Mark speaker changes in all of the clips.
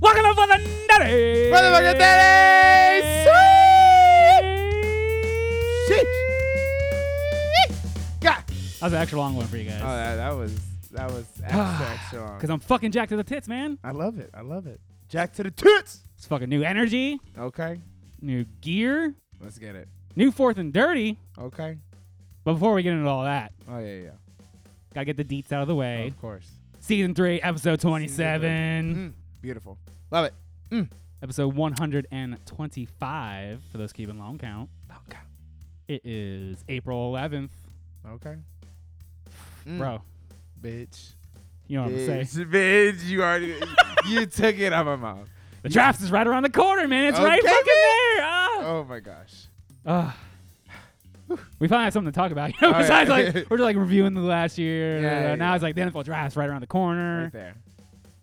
Speaker 1: Fucking up for the Nelly.
Speaker 2: Motherfucking Nelly. Shit. Yeah.
Speaker 1: That was an extra long one for you
Speaker 2: Oh,
Speaker 1: guys.
Speaker 2: that, that was that was extra extra long.
Speaker 1: Because I'm fucking jacked to the tits, man.
Speaker 2: I love it. I love it. Jack to the toots.
Speaker 1: It's fucking new energy,
Speaker 2: Okay.
Speaker 1: new gear,
Speaker 2: Let's get it.
Speaker 1: new fourth and dirty.
Speaker 2: Okay.
Speaker 1: But before we get into all that,
Speaker 2: Oh yeah
Speaker 1: gotta get the deets out of the
Speaker 2: yeah.
Speaker 1: way.
Speaker 2: Of course.
Speaker 1: Season three, episode twenty-seven,
Speaker 2: Mm, beautiful. Love it.
Speaker 1: episode one hundred and twenty-five. For those keeping long count,
Speaker 2: Okay.
Speaker 1: it is April eleventh,
Speaker 2: Okay. Mm, Hmm.
Speaker 1: bro.
Speaker 2: Bitch.
Speaker 1: You know what I'm saying?
Speaker 2: bitch, bitch, you already you took it out of my mouth.
Speaker 1: The draft is right around the corner, man. It's right
Speaker 2: Okay,
Speaker 1: fucking
Speaker 2: man.
Speaker 1: there. Ah.
Speaker 2: Oh my gosh.
Speaker 1: Ah. we finally have something to talk about. You know,
Speaker 2: All right.
Speaker 1: besides, like we're just like reviewing the last year. Uh,
Speaker 2: Yeah, yeah,
Speaker 1: now
Speaker 2: yeah.
Speaker 1: it's like the NFL draft's right around the corner.
Speaker 2: Right there.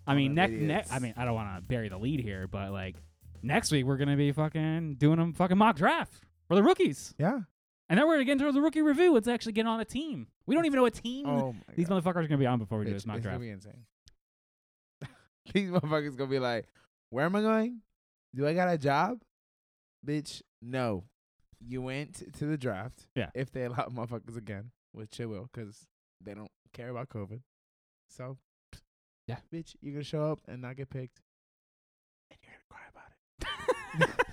Speaker 1: I mean,
Speaker 2: All
Speaker 1: next,
Speaker 2: them
Speaker 1: next.
Speaker 2: idiots.
Speaker 1: I mean, I don't want to bury the lead here, but like next week we're gonna be fucking doing a fucking mock draft for the rookies,
Speaker 2: Yeah.
Speaker 1: and then we're gonna get into the rookie review. Let's actually get on a team. We don't even know what team
Speaker 2: Oh my
Speaker 1: these
Speaker 2: god.
Speaker 1: motherfuckers are gonna be on before we do
Speaker 2: Bitch,
Speaker 1: this mock
Speaker 2: it's
Speaker 1: draft.
Speaker 2: gonna be insane. these motherfuckers gonna be like, where am I going? Do I got a job? Bitch, no. You went to the draft.
Speaker 1: Yeah.
Speaker 2: If they allow motherfuckers again, which they will, because they don't care about COVID. So,
Speaker 1: Yeah.
Speaker 2: bitch, you're gonna show up and not get picked, and you're gonna cry about it.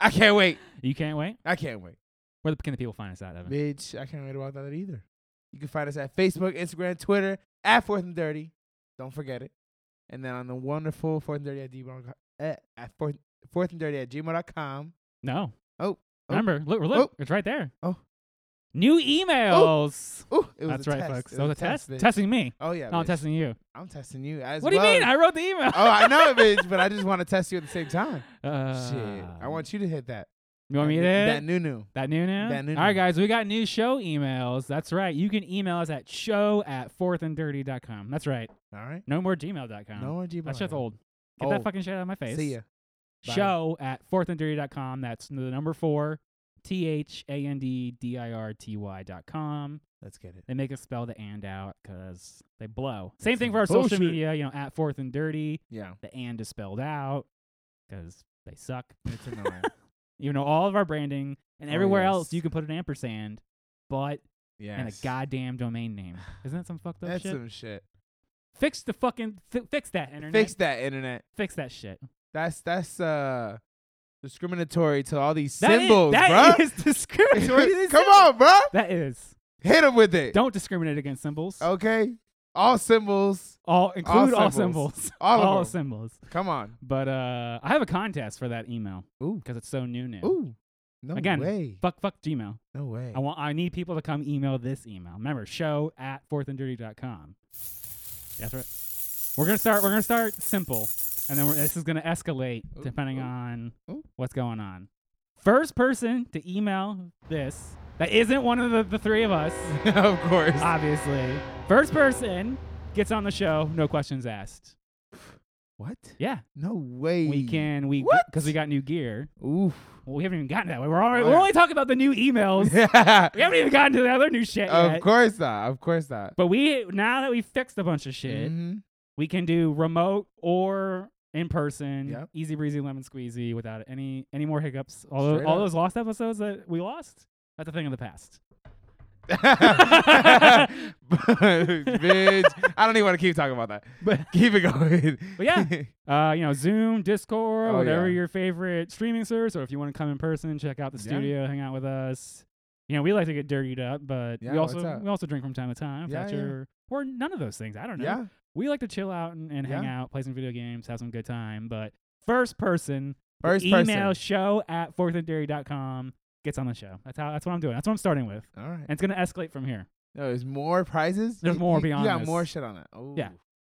Speaker 2: I can't wait.
Speaker 1: you can't wait.
Speaker 2: I can't wait.
Speaker 1: Where can the people find us at, Evan?
Speaker 2: Bitch, I can't wait about that either. You can find us at Facebook, Instagram, Twitter, at Fourth and Dirty. Don't forget it. And then on the wonderful Fourth and Dirty at, gmail, eh, at fourth, fourth and Dirty at gmail.com.
Speaker 1: No.
Speaker 2: Oh, oh,
Speaker 1: Remember, look, look, it's right there.
Speaker 2: oh.
Speaker 1: New emails.
Speaker 2: Ooh, it was
Speaker 1: That's
Speaker 2: a
Speaker 1: right,
Speaker 2: test.
Speaker 1: folks.
Speaker 2: It
Speaker 1: That was a test.
Speaker 2: bitch.
Speaker 1: Testing me.
Speaker 2: Oh, yeah.
Speaker 1: No, I'm
Speaker 2: bitch.
Speaker 1: testing you.
Speaker 2: I'm testing you as
Speaker 1: What do
Speaker 2: well.
Speaker 1: you mean? I wrote the email.
Speaker 2: oh, I know it, bitch, but I just want to test you at the same time.
Speaker 1: Uh,
Speaker 2: Shit. I want you to hit that.
Speaker 1: You want me to?
Speaker 2: That
Speaker 1: That,
Speaker 2: new new.
Speaker 1: that new now?
Speaker 2: that new
Speaker 1: All right,
Speaker 2: now.
Speaker 1: guys, we got new show emails. That's right. You can email us at show at fourthanddirty.com. That's right.
Speaker 2: All right?
Speaker 1: No more gmail.com.
Speaker 2: No more Gmail.
Speaker 1: that shit's old. Get that
Speaker 2: Old.
Speaker 1: fucking shit out of my face.
Speaker 2: See ya. Bye.
Speaker 1: Show at fourthanddirty.com. That's the number four, T H A N D D I R T Y dot com.
Speaker 2: Let's get it.
Speaker 1: They make us spell the and out because they blow. Same thing for our social
Speaker 2: Bullshit.
Speaker 1: media, you know, at fourth and dirty.
Speaker 2: Yeah.
Speaker 1: The and is spelled out because they suck.
Speaker 2: It's annoying.
Speaker 1: You know, all of our branding and
Speaker 2: Oh,
Speaker 1: everywhere
Speaker 2: yes.
Speaker 1: else you can put an ampersand, but
Speaker 2: Yeah.
Speaker 1: and a goddamn domain name. Isn't that some fucked up
Speaker 2: That's
Speaker 1: shit?
Speaker 2: some shit.
Speaker 1: fix the fucking fi- fix that internet.
Speaker 2: Fix that internet.
Speaker 1: Fix that shit.
Speaker 2: That's that's uh discriminatory to all these
Speaker 1: That is-
Speaker 2: symbols,
Speaker 1: that
Speaker 2: bro.
Speaker 1: is discriminatory. to the
Speaker 2: Come
Speaker 1: symbol.
Speaker 2: on, bro.
Speaker 1: That is.
Speaker 2: Hit him with it.
Speaker 1: Don't discriminate against symbols.
Speaker 2: Okay. All symbols.
Speaker 1: All include all symbols.
Speaker 2: symbols. Oh, All of them.
Speaker 1: symbols.
Speaker 2: Come on.
Speaker 1: But uh I have a contest for that email
Speaker 2: Ooh.
Speaker 1: because it's so new now.
Speaker 2: Ooh. No
Speaker 1: Again,
Speaker 2: way.
Speaker 1: Fuck fuck Gmail.
Speaker 2: No way.
Speaker 1: I want I need people to come email this email. Remember, show at fourthanddirty.com. That's right. We're gonna start we're gonna start simple. And then we're, this is gonna escalate
Speaker 2: Ooh,
Speaker 1: depending
Speaker 2: ooh,
Speaker 1: on
Speaker 2: ooh.
Speaker 1: what's going on. First person to email this that isn't one of the, the three of us,
Speaker 2: of course.
Speaker 1: obviously. First person gets on the show, no questions asked.
Speaker 2: what?
Speaker 1: Yeah.
Speaker 2: No way.
Speaker 1: We can we
Speaker 2: What?
Speaker 1: because we got new gear.
Speaker 2: Oof.
Speaker 1: Well, we haven't even gotten to that way. We're already
Speaker 2: Oh,
Speaker 1: we're
Speaker 2: yeah.
Speaker 1: only talking about the new emails.
Speaker 2: Yeah.
Speaker 1: we haven't even gotten to the other new shit
Speaker 2: Of
Speaker 1: yet.
Speaker 2: course not. Of course not.
Speaker 1: But we now that we fixed a bunch of shit,
Speaker 2: Mhm.
Speaker 1: we can do remote or in person,
Speaker 2: Yep.
Speaker 1: easy breezy lemon squeezy without any any more hiccups. All those,
Speaker 2: Straight
Speaker 1: all
Speaker 2: up.
Speaker 1: those lost episodes that we lost, that's a thing of the past.
Speaker 2: Bitch. I don't even want to keep talking about that.
Speaker 1: But
Speaker 2: Keep it going.
Speaker 1: But yeah. uh, you know, Zoom, Discord,
Speaker 2: Oh,
Speaker 1: whatever
Speaker 2: yeah.
Speaker 1: your favorite streaming service, or if you want to come in person, check out the
Speaker 2: Yeah.
Speaker 1: studio, hang out with us. You know, we like to get dirtied up, but
Speaker 2: Yeah,
Speaker 1: we
Speaker 2: what's
Speaker 1: also
Speaker 2: up?
Speaker 1: we also drink from time to time. if
Speaker 2: Yeah,
Speaker 1: that's
Speaker 2: yeah.
Speaker 1: your- or none of those things. I don't know.
Speaker 2: yeah.
Speaker 1: We like to chill out and, and hang out, play some video games, have some good time. But first person, the
Speaker 2: First
Speaker 1: email
Speaker 2: person.
Speaker 1: show at fourthanddirty.com gets on the show. That's how. That's what I'm doing. That's what I'm starting with,
Speaker 2: All right.
Speaker 1: and it's gonna escalate from here.
Speaker 2: No, there's more prizes.
Speaker 1: There's
Speaker 2: You-
Speaker 1: more
Speaker 2: you,
Speaker 1: beyond
Speaker 2: You got
Speaker 1: this.
Speaker 2: more shit on that. Oh,
Speaker 1: Yeah.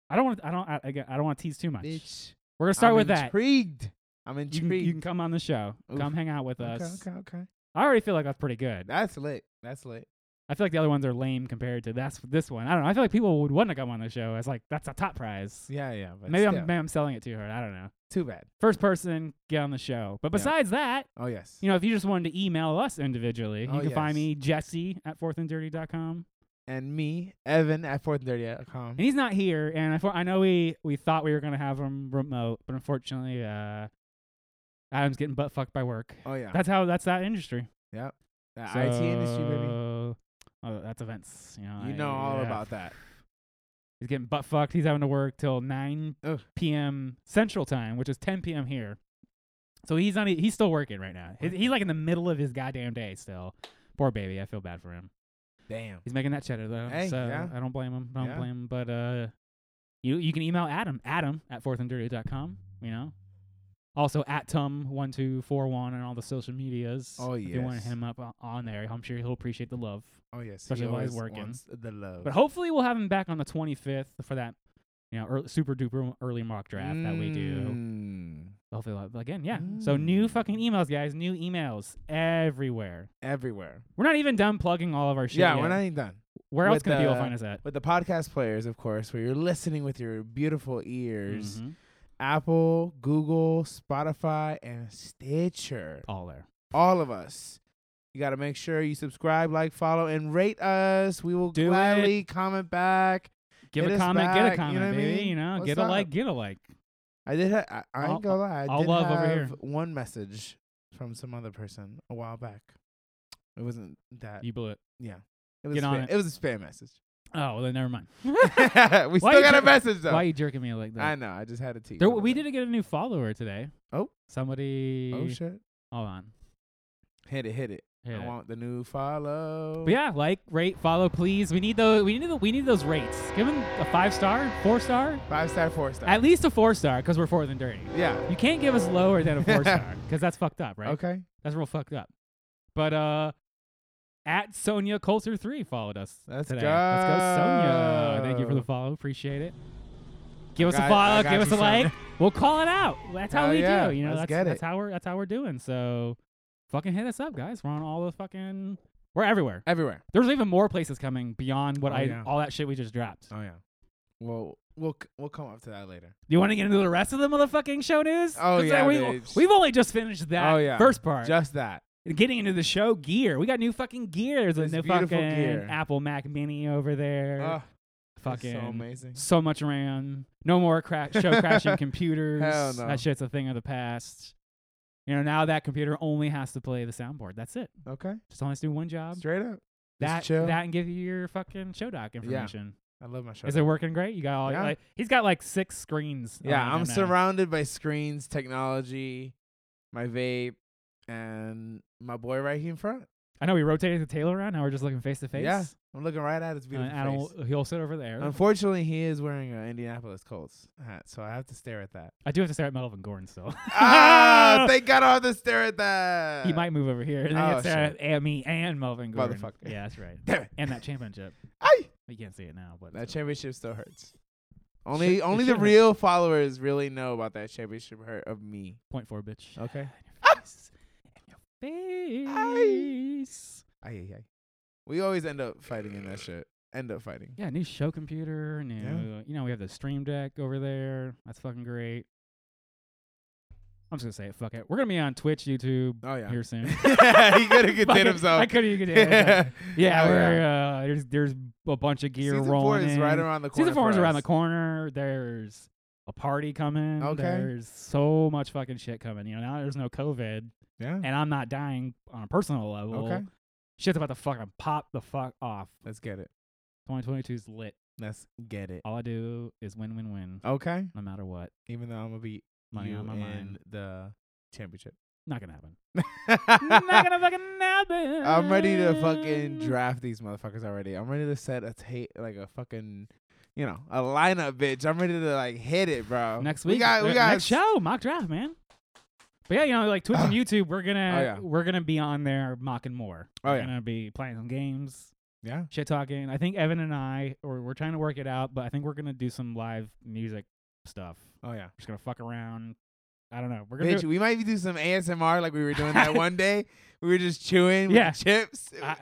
Speaker 1: I don't want. I don't. I, again, I don't want to tease too much.
Speaker 2: bitch.
Speaker 1: We're gonna start
Speaker 2: I'm
Speaker 1: with that.
Speaker 2: intrigued. that. I'm
Speaker 1: You can, you
Speaker 2: intrigued.
Speaker 1: can come on the show.
Speaker 2: Oof.
Speaker 1: Come hang out with us.
Speaker 2: okay, okay, okay.
Speaker 1: I already feel like that's pretty good.
Speaker 2: That's lit. That's lit.
Speaker 1: I feel like the other ones are lame compared to that's this one. I don't know. I feel like people would want to come on the show as like that's a top prize.
Speaker 2: Yeah, yeah. But
Speaker 1: maybe I'm
Speaker 2: still,
Speaker 1: maybe I'm selling it too hard. I don't know.
Speaker 2: too bad.
Speaker 1: First person get on the show. But
Speaker 2: Yeah.
Speaker 1: besides that,
Speaker 2: Oh yes.
Speaker 1: you know, if you just wanted to email us individually,
Speaker 2: Oh,
Speaker 1: you can find
Speaker 2: yes. Mm-hmm.
Speaker 1: me Jesse at fourthanddirty.com.
Speaker 2: and me, Evan at fourth and thirty dot com.
Speaker 1: And he's not here. And I, fo- I know we, we thought we were going to have him remote, but unfortunately, uh, Adam's getting butt fucked by work.
Speaker 2: Oh yeah,
Speaker 1: That's how, that's that industry.
Speaker 2: the IT industry, baby.
Speaker 1: So- Oh, that's events. You know,
Speaker 2: You
Speaker 1: uh, I-
Speaker 2: know all
Speaker 1: yeah.
Speaker 2: about that.
Speaker 1: He's getting butt fucked. He's having to work till 9
Speaker 2: Ugh.
Speaker 1: p.m. Central Time, which is 10 p.m. here. So he's not. e- He's still working right now. He- He's like in the middle of his goddamn day still. Poor baby. I feel bad for him.
Speaker 2: Damn.
Speaker 1: He's making that cheddar though,
Speaker 2: Hey,
Speaker 1: so
Speaker 2: yeah.
Speaker 1: I don't blame him. I don't
Speaker 2: Yeah.
Speaker 1: blame him. But uh, you you can email Adam Adam at fourthanddirty.com. You know, also at tum one two four one and all the social medias.
Speaker 2: Oh,
Speaker 1: if you want
Speaker 2: yes.
Speaker 1: him up o- on there, I'm sure he'll appreciate the love.
Speaker 2: Oh yes, he
Speaker 1: Especially while he's
Speaker 2: always
Speaker 1: working.
Speaker 2: wants The love.
Speaker 1: But hopefully we'll have him back on the 25th for that, you know, early, super duper early mock draft that we do.
Speaker 2: Mm.
Speaker 1: Hopefully, we'll have, again, yeah. So new fucking
Speaker 2: Mm.
Speaker 1: emails, guys. New emails everywhere.
Speaker 2: everywhere.
Speaker 1: We're not even done plugging all of our shit.
Speaker 2: yeah,
Speaker 1: yet.
Speaker 2: we're not even done
Speaker 1: Where else
Speaker 2: with
Speaker 1: can people
Speaker 2: the-
Speaker 1: find us at?
Speaker 2: with the podcast players, of course, where you're listening with your beautiful ears.
Speaker 1: Mhm.
Speaker 2: Apple, Google, Spotify, and Stitcher.
Speaker 1: All there.
Speaker 2: All of us. You got to make sure you subscribe, like, follow, and rate us. We will
Speaker 1: Do
Speaker 2: gladly comment back.
Speaker 1: Give
Speaker 2: Hit
Speaker 1: a
Speaker 2: us
Speaker 1: comment, get a
Speaker 2: back, you know
Speaker 1: comment,
Speaker 2: what I
Speaker 1: baby.
Speaker 2: mean?
Speaker 1: You know,
Speaker 2: What's
Speaker 1: get a like,
Speaker 2: up?
Speaker 1: get a like.
Speaker 2: I did. Ha- I, I
Speaker 1: All-
Speaker 2: ain't gonna lie. I
Speaker 1: all
Speaker 2: did
Speaker 1: love
Speaker 2: have
Speaker 1: over here.
Speaker 2: one message from some other person a while back. It wasn't that.
Speaker 1: You blew it.
Speaker 2: yeah. It was.
Speaker 1: Get
Speaker 2: a
Speaker 1: on
Speaker 2: spam-
Speaker 1: it.
Speaker 2: was a spam message.
Speaker 1: Oh, well, then never mind.
Speaker 2: we
Speaker 1: Why
Speaker 2: still
Speaker 1: you
Speaker 2: got a
Speaker 1: jerk-
Speaker 2: message though.
Speaker 1: Why are you jerking me like
Speaker 2: I
Speaker 1: that?
Speaker 2: know. I just had a tease.
Speaker 1: There,
Speaker 2: I'm
Speaker 1: we
Speaker 2: like,
Speaker 1: did get a new follower today.
Speaker 2: Oh.
Speaker 1: Somebody.
Speaker 2: Oh shit!
Speaker 1: Hold on.
Speaker 2: Hit it! Hit it!
Speaker 1: Hit
Speaker 2: I
Speaker 1: it.
Speaker 2: want the new follow.
Speaker 1: But yeah, like, rate, follow, please. We need those. We need the, We need those rates. Give them a five star, four star,
Speaker 2: Five star, four star.
Speaker 1: at least a four star, because we're fourth and dirty.
Speaker 2: yeah.
Speaker 1: You can't give us lower than a four star, because that's fucked up, right?
Speaker 2: Okay.
Speaker 1: That's real fucked up. But uh, at Sonia Coulter three followed us.
Speaker 2: Let's
Speaker 1: today. Let's go, Sonia. Thank you for the
Speaker 2: go.
Speaker 1: follow. Appreciate it. Give us
Speaker 2: got-
Speaker 1: a
Speaker 2: I
Speaker 1: follow.
Speaker 2: got
Speaker 1: Give us
Speaker 2: you,
Speaker 1: a like. We'll call it out. That's how
Speaker 2: Hell
Speaker 1: we
Speaker 2: yeah.
Speaker 1: do. You know,
Speaker 2: Let's
Speaker 1: that's
Speaker 2: get
Speaker 1: that's
Speaker 2: it.
Speaker 1: how we're that's how we're doing. So, fucking hit us up, guys. We're on all the fucking. We're everywhere.
Speaker 2: Everywhere.
Speaker 1: There's even more places coming beyond what
Speaker 2: Oh,
Speaker 1: I
Speaker 2: yeah.
Speaker 1: all that shit we just dropped. Do
Speaker 2: Oh yeah. Well, we'll c- we'll come up to that later.
Speaker 1: you want to get into the rest of the motherfucking show news?
Speaker 2: Oh,
Speaker 1: 'Cause, uh,
Speaker 2: yeah,
Speaker 1: we,
Speaker 2: bitch.
Speaker 1: we've only just finished that
Speaker 2: Oh, yeah.
Speaker 1: first part.
Speaker 2: Just that.
Speaker 1: Getting into the show gear, we got new fucking gear. There's
Speaker 2: This
Speaker 1: a new fucking
Speaker 2: beautiful gear.
Speaker 1: Apple Mac Mini over there.
Speaker 2: Ugh, that's
Speaker 1: fucking
Speaker 2: so amazing.
Speaker 1: so much RAM. No more cra- show crashing computers.
Speaker 2: Hell no.
Speaker 1: That shit's a thing of the past. You know, now that computer only has to play the soundboard. That's it.
Speaker 2: Okay.
Speaker 1: Just only has to do one job.
Speaker 2: Um, Straight up.
Speaker 1: that
Speaker 2: chill.
Speaker 1: that and give you your fucking show doc information.
Speaker 2: I love my show.
Speaker 1: Is it working great? You got all
Speaker 2: Yeah.
Speaker 1: like he's got like six screens.
Speaker 2: yeah,
Speaker 1: on
Speaker 2: I'm
Speaker 1: him now.
Speaker 2: surrounded by screens, technology, my vape, and my boy right here in front.
Speaker 1: I know we rotated the tail around. Now we're just looking face to face. Uh,
Speaker 2: Yeah, I'm looking right at his
Speaker 1: And
Speaker 2: beautiful
Speaker 1: Adam,
Speaker 2: face.
Speaker 1: will- he'll sit over there.
Speaker 2: Unfortunately, he is wearing an Indianapolis Colts hat, so I have to stare at that.
Speaker 1: I do have to stare at Melvin Gordon still.
Speaker 2: ah, thank God I have to stare at that.
Speaker 1: he might move over here. And then
Speaker 2: Oh,
Speaker 1: oh, stare at at me and Melvin Gordon.
Speaker 2: Motherfucker.
Speaker 1: Yeah, that's right.
Speaker 2: Damn it.
Speaker 1: And that championship.
Speaker 2: Ay!
Speaker 1: You can't see it now, but
Speaker 2: That
Speaker 1: it's-
Speaker 2: championship still hurts. Only
Speaker 1: it
Speaker 2: only the
Speaker 1: should hurt.
Speaker 2: real followers really know about that championship hurt of me.
Speaker 1: Point four, bitch.
Speaker 2: Okay.
Speaker 1: In your face.
Speaker 2: Ah!
Speaker 1: In your face.
Speaker 2: Ay, ay, ay. We always end up fighting in that shit. End up fighting.
Speaker 1: Yeah, new show computer, new
Speaker 2: Yeah.
Speaker 1: you know, we have the stream deck over there. That's fucking great. I'm just gonna say it, fuck it. We're gonna be on Twitch, YouTube
Speaker 2: Oh yeah.
Speaker 1: here soon.
Speaker 2: he could have
Speaker 1: Fuck it.
Speaker 2: contained himself.
Speaker 1: I could have you yeah, yeah
Speaker 2: Oh,
Speaker 1: we're uh there's there's a bunch of gear
Speaker 2: Season four
Speaker 1: rolling.
Speaker 2: is
Speaker 1: in.
Speaker 2: right around the corner.
Speaker 1: Season four
Speaker 2: for
Speaker 1: is around the
Speaker 2: us.
Speaker 1: corner. There's a party coming.
Speaker 2: Okay.
Speaker 1: There's so much fucking shit coming. You know, now there's no COVID.
Speaker 2: Yeah.
Speaker 1: and I'm not dying on a personal level.
Speaker 2: Okay.
Speaker 1: Shit's about to fucking pop the fuck off.
Speaker 2: Let's get it.
Speaker 1: 2022's lit.
Speaker 2: Let's get it.
Speaker 1: All I do is win, win, win,
Speaker 2: Okay.
Speaker 1: no matter what.
Speaker 2: Even though I'm gonna be
Speaker 1: Money
Speaker 2: you
Speaker 1: on my
Speaker 2: in
Speaker 1: mind.
Speaker 2: the championship.
Speaker 1: Not gonna happen. not gonna fucking happen.
Speaker 2: I'm ready to fucking
Speaker 1: Uh.
Speaker 2: draft these motherfuckers already. I'm ready to set a tape like a fucking you know, a lineup, bitch. I'm ready to like hit it, bro.
Speaker 1: Next week,
Speaker 2: We got we
Speaker 1: uh,
Speaker 2: got
Speaker 1: next show mock draft, man. But yeah, you know, like Twitch and YouTube, we're gonna
Speaker 2: Oh, yeah.
Speaker 1: we're gonna be on there mocking more.
Speaker 2: Oh,
Speaker 1: we're
Speaker 2: yeah.
Speaker 1: gonna be playing some games,
Speaker 2: Yeah.
Speaker 1: shit talking. I think Evan and I, or we're trying to work it out, but I think we're gonna do some live music stuff.
Speaker 2: Oh yeah.
Speaker 1: We're just gonna fuck around. I don't know. We're gonna do
Speaker 2: Bitch, we might even do some ASMR like we were doing that one day. We were just chewing
Speaker 1: Yeah.
Speaker 2: with chips.
Speaker 1: I-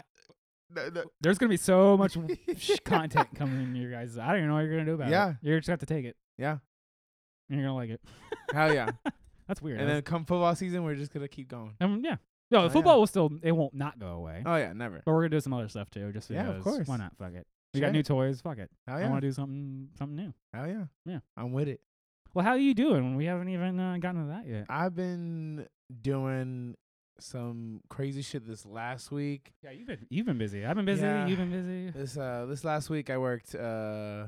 Speaker 2: No, no.
Speaker 1: There's gonna be so much sh- content coming in your guys. I don't even know what you're gonna do about
Speaker 2: Yeah.
Speaker 1: it. You're just gonna have to take it.
Speaker 2: Yeah.
Speaker 1: And you're gonna like it.
Speaker 2: Hell yeah.
Speaker 1: That's weird.
Speaker 2: and then come football season, we're just gonna keep going.
Speaker 1: um, yeah. No,
Speaker 2: Oh, yeah.
Speaker 1: the football will still it won't not go away.
Speaker 2: Oh yeah, never.
Speaker 1: but we're gonna do some other stuff too, just
Speaker 2: Yeah, of
Speaker 1: because.
Speaker 2: course.
Speaker 1: Why not? Fuck it. We
Speaker 2: Sure.
Speaker 1: got new toys. Fuck it.
Speaker 2: Hell
Speaker 1: I
Speaker 2: yeah.
Speaker 1: want to do something something new.
Speaker 2: Hell yeah.
Speaker 1: Yeah.
Speaker 2: I'm with it.
Speaker 1: Well, how are you doing? We haven't even uh, gotten to that yet.
Speaker 2: I've been doing some crazy shit this last week.
Speaker 1: Yeah, you've been you've been busy. I've been busy.
Speaker 2: Yeah.
Speaker 1: You've been busy.
Speaker 2: This uh this last week I worked uh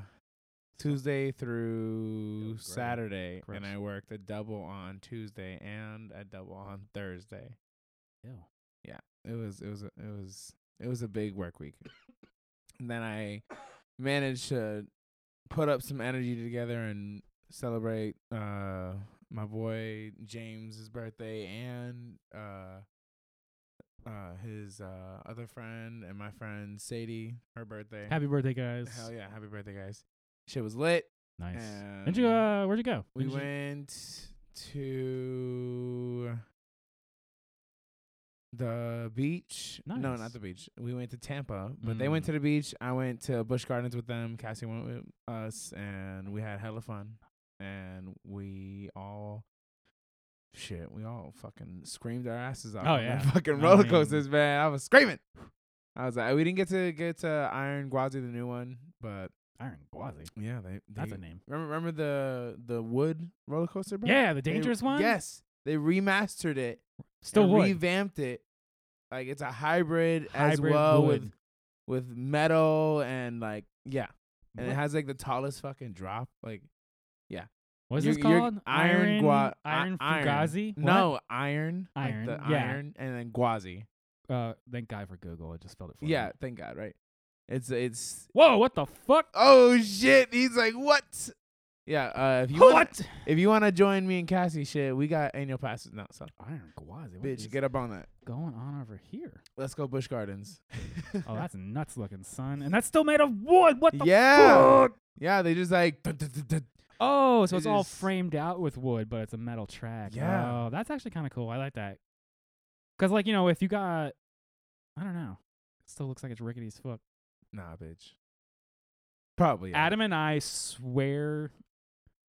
Speaker 2: Tuesday through
Speaker 1: great.
Speaker 2: Saturday
Speaker 1: Gross.
Speaker 2: and I worked a double on Tuesday and a double on Thursday.
Speaker 1: Ew.
Speaker 2: It was it was a, it was it was a big work week. and then I managed to put up some energy together and celebrate uh my boy James's birthday and uh uh his uh other friend and my friend Sadie her birthday.
Speaker 1: Happy birthday, guys.
Speaker 2: Hell yeah, happy birthday, guys. Shit was lit.
Speaker 1: Nice. Did you?
Speaker 2: and
Speaker 1: Uh, where'd you go?
Speaker 2: we
Speaker 1: Didn't you-
Speaker 2: went to the beach. No,
Speaker 1: Nice. Mm.
Speaker 2: not the beach. We went to Tampa, but they went to the beach. I went to Busch Gardens with them. Cassie went with us, and we had hella fun. And we all, shit, we all fucking screamed our asses off.
Speaker 1: Oh,
Speaker 2: on them
Speaker 1: yeah.
Speaker 2: fucking
Speaker 1: I
Speaker 2: roller
Speaker 1: mean-
Speaker 2: coasters, man. I was screaming. I was like, we didn't get to get to Iron Gwazi, the new one, but
Speaker 1: Iron Gwazi.
Speaker 2: yeah, they, they
Speaker 1: That's a name.
Speaker 2: Remember, remember the the wood roller coaster? Bro?
Speaker 1: Yeah, the
Speaker 2: They-
Speaker 1: dangerous one.
Speaker 2: Yes, they remastered it.
Speaker 1: Still
Speaker 2: and
Speaker 1: wood.
Speaker 2: revamped it. Like it's a hybrid, as
Speaker 1: Hybrid
Speaker 2: well
Speaker 1: wood.
Speaker 2: with with metal and like yeah, and it
Speaker 1: What-
Speaker 2: has like the tallest fucking drop. Like
Speaker 1: What's
Speaker 2: you're-
Speaker 1: this
Speaker 2: you're
Speaker 1: called?
Speaker 2: iron gua- i-
Speaker 1: Iron
Speaker 2: iron.
Speaker 1: Fugazi. What?
Speaker 2: no iron, like
Speaker 1: Iron,
Speaker 2: the
Speaker 1: yeah.
Speaker 2: iron, and then guazi.
Speaker 1: Uh, thank God for Google. It just spelled it for me.
Speaker 2: Yeah, thank God, right? It's it's
Speaker 1: Whoa! What the fuck?
Speaker 2: oh shit. He's like what? Yeah, uh, if you want
Speaker 1: what?
Speaker 2: if you want to join me and Cassie, shit, we got annual passes now. So
Speaker 1: Iron Gwazi. What is
Speaker 2: bitch, get up on that.
Speaker 1: going on over here?
Speaker 2: Let's go Bush Gardens.
Speaker 1: Oh, that's nuts looking, son. And that's still made of wood. What the
Speaker 2: yeah.
Speaker 1: fuck?
Speaker 2: Yeah, they just like dun, dun, dun, dun.
Speaker 1: Oh, so
Speaker 2: It
Speaker 1: it's all
Speaker 2: is-
Speaker 1: framed out with wood, but it's a metal track.
Speaker 2: Yeah.
Speaker 1: Oh, that's actually kind of cool. I like that. Cause like you know, if you got, I don't know, it still looks like it's rickety as fuck.
Speaker 2: Nah, bitch. Probably. yeah.
Speaker 1: Adam and I swear,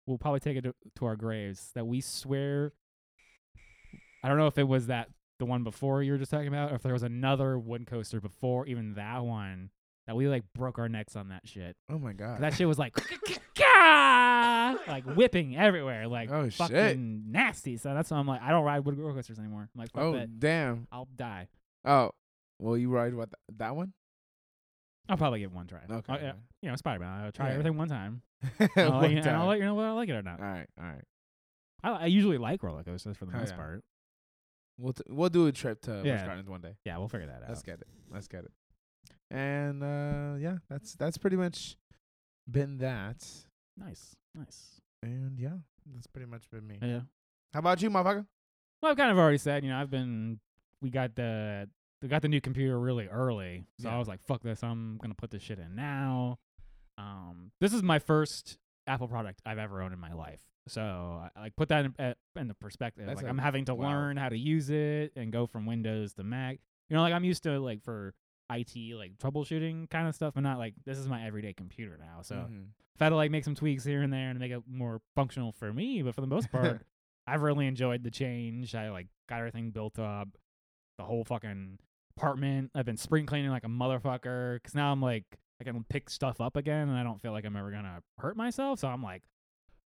Speaker 1: we'll probably take it to, to our graves that we swear. I don't know if it was that the one before you were just talking about, or if there was another wood coaster before even that one that we like broke our necks on that shit.
Speaker 2: Oh my god.
Speaker 1: That shit was like, like whipping everywhere, like
Speaker 2: Oh, shit.
Speaker 1: fucking nasty. So that's why I'm like, I don't ride wood roller coasters anymore. I'm like, fuck
Speaker 2: oh
Speaker 1: that.
Speaker 2: damn.
Speaker 1: I'll die.
Speaker 2: Oh. Well, you ride what th- that one?
Speaker 1: I'll probably give it one try.
Speaker 2: Okay.
Speaker 1: I'll- Oh, yeah, you know, Spider Man. I'll try
Speaker 2: Yeah.
Speaker 1: everything one time.
Speaker 2: okay.
Speaker 1: And I'll, let
Speaker 2: One
Speaker 1: you, and I'll
Speaker 2: time. Uh,
Speaker 1: let you know whether I like it or not.
Speaker 2: all right, all right.
Speaker 1: I, I usually like roller coasters for the
Speaker 2: Hell
Speaker 1: most
Speaker 2: oh, yeah.
Speaker 1: part.
Speaker 2: We'll t- we'll do a trip to Busch
Speaker 1: Yeah.
Speaker 2: Gardens one day.
Speaker 1: Yeah, we'll figure that out.
Speaker 2: Let's get it. Let's get it. And uh yeah, that's that's pretty much been that.
Speaker 1: Nice, nice.
Speaker 2: And yeah, that's pretty much been me.
Speaker 1: Yeah.
Speaker 2: How about you, motherfucker?
Speaker 1: Well, I've kind of already said, you know, I've been. We got the we got the new computer really early, so
Speaker 2: Yeah.
Speaker 1: I was like, "Fuck this! I'm gonna put this shit in now." Um, this is my first Apple product I've ever owned in my life, so I I, like put that in, uh, in the perspective.
Speaker 2: That's
Speaker 1: like
Speaker 2: a-
Speaker 1: I'm having to
Speaker 2: wow.
Speaker 1: learn how to use it and go from Windows to Mac. You know, like I'm used to like for IT like troubleshooting kind of stuff, but not like this is my everyday computer now. So
Speaker 2: Mhm.
Speaker 1: if I had to like make some tweaks here and there and make it more functional for me, but for the most part, I've really enjoyed the change. I like got everything built up, the whole fucking apartment. I've been spring cleaning like a motherfucker because now I'm like I can pick stuff up again, and I don't feel like I'm ever gonna hurt myself. So I'm like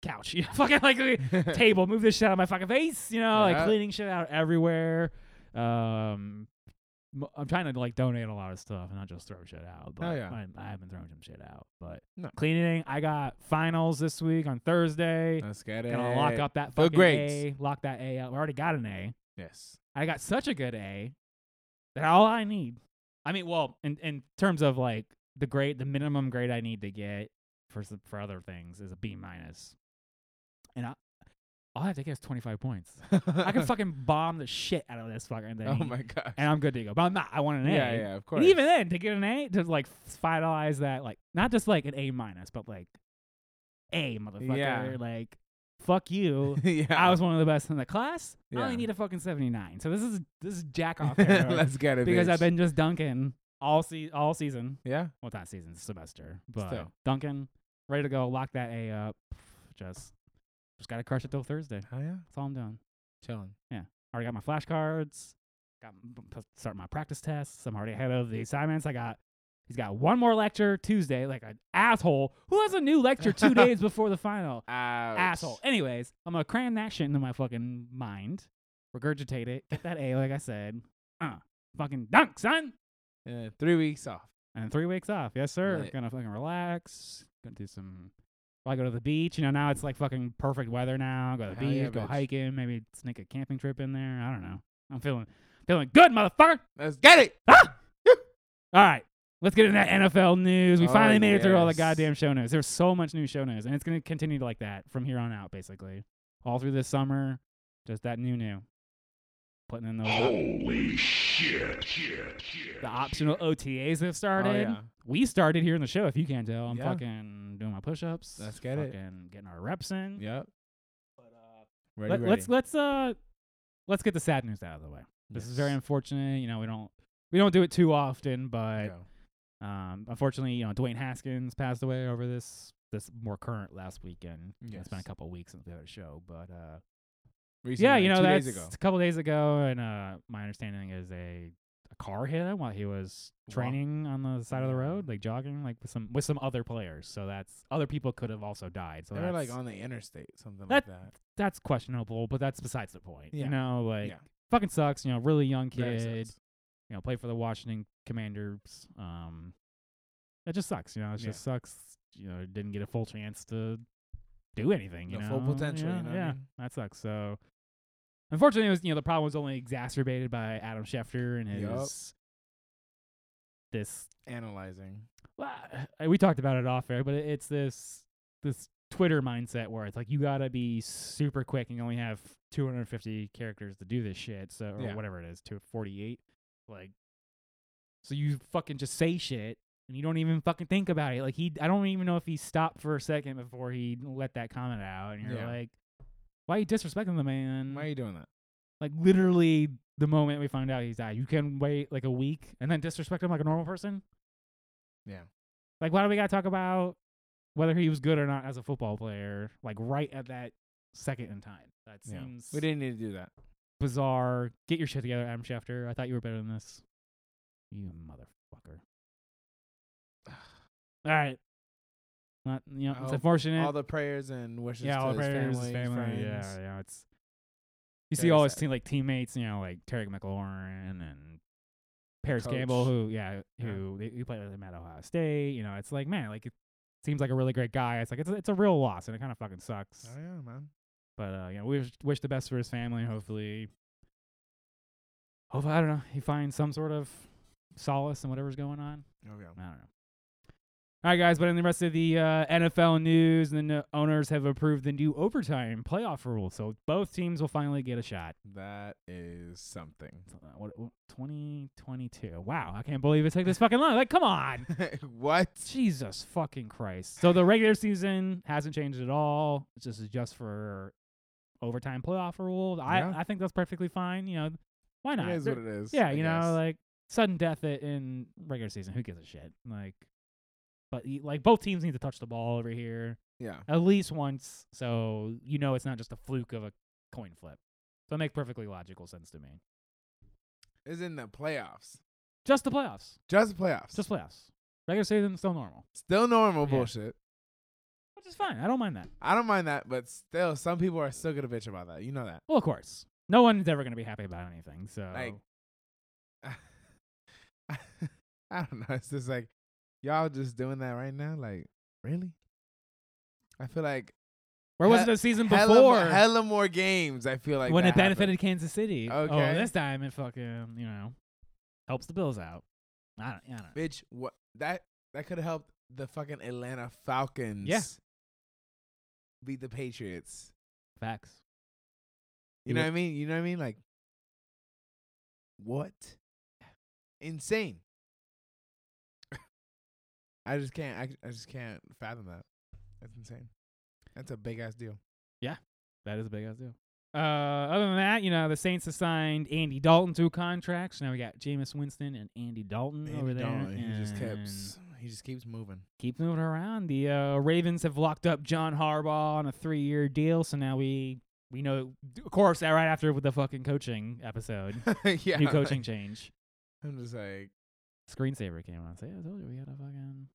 Speaker 1: couch, you know, fucking like table, move this shit out of my fucking face, you know,
Speaker 2: Yeah.
Speaker 1: like cleaning shit out everywhere. Um, m- I'm trying to like donate a lot of stuff and not just throw shit out. But
Speaker 2: Oh, yeah.
Speaker 1: I, I have been throwing some shit out, but
Speaker 2: No.
Speaker 1: cleaning. I got finals this week on Thursday.
Speaker 2: Let's get it.
Speaker 1: Gonna lock up that
Speaker 2: The
Speaker 1: fucking
Speaker 2: grades.
Speaker 1: A. Lock that A up. I already got an A.
Speaker 2: Yes.
Speaker 1: I got such a good A that all I need. I mean, well, in in terms of like the grade, the minimum grade I need to get for some, for other things is a B minus, and I all I have to get is twenty five points. I can fucking bomb the shit out of this fucking thing,
Speaker 2: Oh my god.
Speaker 1: and I'm good to go. But I'm not. I want an A.
Speaker 2: Yeah, yeah, of course.
Speaker 1: And even then, to get an A, to like finalize that, like not just like an A minus, but like A motherfucker,
Speaker 2: Yeah.
Speaker 1: like fuck you.
Speaker 2: yeah.
Speaker 1: I was one of the best in the class. I
Speaker 2: Yeah.
Speaker 1: only need a fucking seventy nine. So this is this is jack off territory,
Speaker 2: Let's get it.
Speaker 1: because I've
Speaker 2: bitch.
Speaker 1: been just dunking all se- all season.
Speaker 2: Yeah.
Speaker 1: Well, not season, semester, but
Speaker 2: Still.
Speaker 1: dunking, ready to go. Lock that A up. Just just gotta crush it till Thursday.
Speaker 2: Oh yeah.
Speaker 1: That's all I'm doing.
Speaker 2: Chilling.
Speaker 1: already got my flashcards. Got m- p- start my practice tests. I'm already ahead of the assignments. I got He's got one more lecture Tuesday, like an asshole who has a new lecture two days before the final.
Speaker 2: Ouch.
Speaker 1: Asshole. Anyways, I'm gonna cram that shit into my fucking mind, regurgitate it, get that A, like I said. Uh, fucking dunk, son.
Speaker 2: Yeah, three weeks off.
Speaker 1: And three weeks off. Yes, sir.
Speaker 2: Right.
Speaker 1: Gonna fucking relax. Gonna do some. Well, I go to the beach. You know, now it's like fucking perfect weather. Now go to the
Speaker 2: Hell
Speaker 1: beach,
Speaker 2: yeah,
Speaker 1: go
Speaker 2: bitch.
Speaker 1: hiking, maybe sneak a camping trip in there. I don't know. I'm feeling feeling good, motherfucker.
Speaker 2: Let's get it.
Speaker 1: All right. Let's get into that NFL news. We
Speaker 2: Oh,
Speaker 1: finally made it through all the
Speaker 2: yes.
Speaker 1: goddamn show notes. There's so much new show notes, and it's going to continue like that from here on out, basically. All through this summer, just that new, new. Putting in those,
Speaker 2: Oh.
Speaker 3: Holy shit.
Speaker 1: the optional OTAs have started.
Speaker 2: Oh, yeah.
Speaker 1: We started here in the show, if you can't tell. I'm
Speaker 2: Yeah.
Speaker 1: fucking doing my push ups.
Speaker 2: Let's get it.
Speaker 1: Getting our reps in.
Speaker 2: Yep. Ready,
Speaker 1: Let,
Speaker 2: ready.
Speaker 1: us let's uh let's get the sad news out of the way. This is very
Speaker 2: Yes.
Speaker 1: unfortunate. You know, we don't we don't do it too often, but
Speaker 2: Go.
Speaker 1: Um, unfortunately, you know, Dwayne Haskins passed away over this this more current last weekend. You know, It's been a
Speaker 2: Yes.
Speaker 1: couple weeks since we had a show, but uh,
Speaker 2: Recently,
Speaker 1: yeah, you know,
Speaker 2: two
Speaker 1: that's
Speaker 2: days ago.
Speaker 1: a couple days ago, and uh, my understanding is a a car hit him while he was
Speaker 2: Wow.
Speaker 1: training on the side of the
Speaker 2: Yeah.
Speaker 1: road, like jogging, like with some with some other players. So that's other people could have also died. So
Speaker 2: they were
Speaker 1: that's
Speaker 2: like on the interstate, something like that.
Speaker 1: that's questionable, but that's besides the point.
Speaker 2: Yeah.
Speaker 1: You know, like
Speaker 2: Yeah.
Speaker 1: fucking sucks. You know, really young
Speaker 2: Very
Speaker 1: kid
Speaker 2: sus.
Speaker 1: you know, play for the Washington Commanders. Um, that just sucks. You know, it
Speaker 2: Yeah.
Speaker 1: just sucks. You know, didn't get a full chance to do anything. You
Speaker 2: The
Speaker 1: know,
Speaker 2: full potential,
Speaker 1: Yeah,
Speaker 2: you know what I
Speaker 1: yeah
Speaker 2: mean?
Speaker 1: that sucks. So, unfortunately, it was you know the problem was only exacerbated by Adam Schefter and his
Speaker 2: Yup.
Speaker 1: this.
Speaker 2: Analyzing.
Speaker 1: Well, I- we talked about it off air, but it, it's this this Twitter mindset where it's like you gotta be super quick and you only have 250 characters to do this shit. So or
Speaker 2: Yeah.
Speaker 1: whatever it is, 248. Like, so you fucking just say shit and you don't even fucking think about it. Like he, I don't even know if he stopped for a second before he let that comment out, and you're
Speaker 2: Yeah.
Speaker 1: like, why are you disrespecting the man?
Speaker 2: Why are you doing that?
Speaker 1: like literally the moment we find out he's died, you can wait like a week and then disrespect him like a normal person.
Speaker 2: Yeah.
Speaker 1: Like, why do we gotta talk about whether he was good or not as a football player? Like, right at that second in time. That
Speaker 2: Yeah.
Speaker 1: seems
Speaker 2: We didn't need to do that.
Speaker 1: bizarre. Get your shit together, Adam Schefter. I thought you were better than this. You motherfucker. All right. Not you know,
Speaker 2: I
Speaker 1: it's
Speaker 2: hope
Speaker 1: unfortunate.
Speaker 2: All the prayers and wishes
Speaker 1: Eh. yeah,
Speaker 2: to
Speaker 1: all
Speaker 2: his
Speaker 1: prayers,
Speaker 2: family,
Speaker 1: family.
Speaker 2: friends.
Speaker 1: Yeah, yeah. It's you
Speaker 2: Very
Speaker 1: see all his
Speaker 2: sad.
Speaker 1: team, like teammates, you know, like Tarek McLaurin and Paris
Speaker 2: Coach.
Speaker 1: Campbell, who yeah,
Speaker 2: Yeah.
Speaker 1: who they, he played with him at Ohio State. You know, it's like man, like it seems like a really great guy. It's like it's a, it's a real loss, and it kind of fucking sucks.
Speaker 2: Oh yeah, man.
Speaker 1: But uh, you know, we wish, wish the best for his family. Hopefully, hopefully I don't know, he finds some sort of solace in whatever's going on.
Speaker 2: Oh yeah.
Speaker 1: I don't know. All right, guys, but in the rest of the uh, NFL news, the no- owners have approved the new overtime playoff rule, so both teams will finally get a shot.
Speaker 2: That is something.
Speaker 1: So, uh, What, what, 2022. Wow, I can't believe it took this fucking long. Like, come on.
Speaker 2: what?
Speaker 1: Jesus fucking Christ. So the regular season hasn't changed at all. It's just just for overtime playoff rule. I,
Speaker 2: Yeah.
Speaker 1: I think that's perfectly fine. You know, why not?
Speaker 2: It is
Speaker 1: There-
Speaker 2: what it is.
Speaker 1: yeah,
Speaker 2: I
Speaker 1: you know,
Speaker 2: guess.
Speaker 1: like sudden death i- in regular season. Who gives a shit? Like, but y- like both teams need to touch the ball over here
Speaker 2: yeah.
Speaker 1: at least once, so you know it's not just a fluke of a coin flip. So it makes perfectly logical sense to me.
Speaker 2: It's in the playoffs.
Speaker 1: Just the playoffs.
Speaker 2: Just the playoffs.
Speaker 1: Just playoffs. Regular season still normal,
Speaker 2: still normal
Speaker 1: Yeah.
Speaker 2: bullshit.
Speaker 1: which is fine. I don't mind that.
Speaker 2: I don't mind that, but still, some people are still gonna bitch about that. You know that.
Speaker 1: Well, of course, no one's ever gonna be happy about anything. So
Speaker 2: Like, I don't know. It's just like y'all just doing that right now. Like really? I feel like
Speaker 1: where was
Speaker 2: he-
Speaker 1: it the season
Speaker 2: hella,
Speaker 1: before
Speaker 2: mo- hella more games. I feel like
Speaker 1: when it
Speaker 2: that happened.
Speaker 1: benefited Kansas City?
Speaker 2: Okay.
Speaker 1: Oh, this time it fucking you know helps the Bills out. I don't. I don't know.
Speaker 2: Bitch, what that that could have helped the fucking Atlanta Falcons.
Speaker 1: Yeah.
Speaker 2: Beat the Patriots.
Speaker 1: Facts.
Speaker 2: You
Speaker 1: You
Speaker 2: know
Speaker 1: would-
Speaker 2: what I mean? You know what I mean? Like what? Insane. I just can't. I, I just can't fathom that. That's insane. That's a big ass deal.
Speaker 1: That is a big ass deal. Uh, other than that, you know, the Saints have signed Andy Dalton to a contract. So now we got Jameis Winston and Andy Dalton over
Speaker 2: Andy
Speaker 1: there.
Speaker 2: Dalton, he just
Speaker 1: and
Speaker 2: keeps. He just keeps moving.
Speaker 1: keep moving around. The uh, Ravens have locked up John Harbaugh on a three-year deal. So now we we know, of course, that right after with the fucking coaching episode,
Speaker 2: yeah.
Speaker 1: new
Speaker 2: like,
Speaker 1: coaching change.
Speaker 2: I'm just like.
Speaker 1: screensaver came on. Say, I told you we had a fucking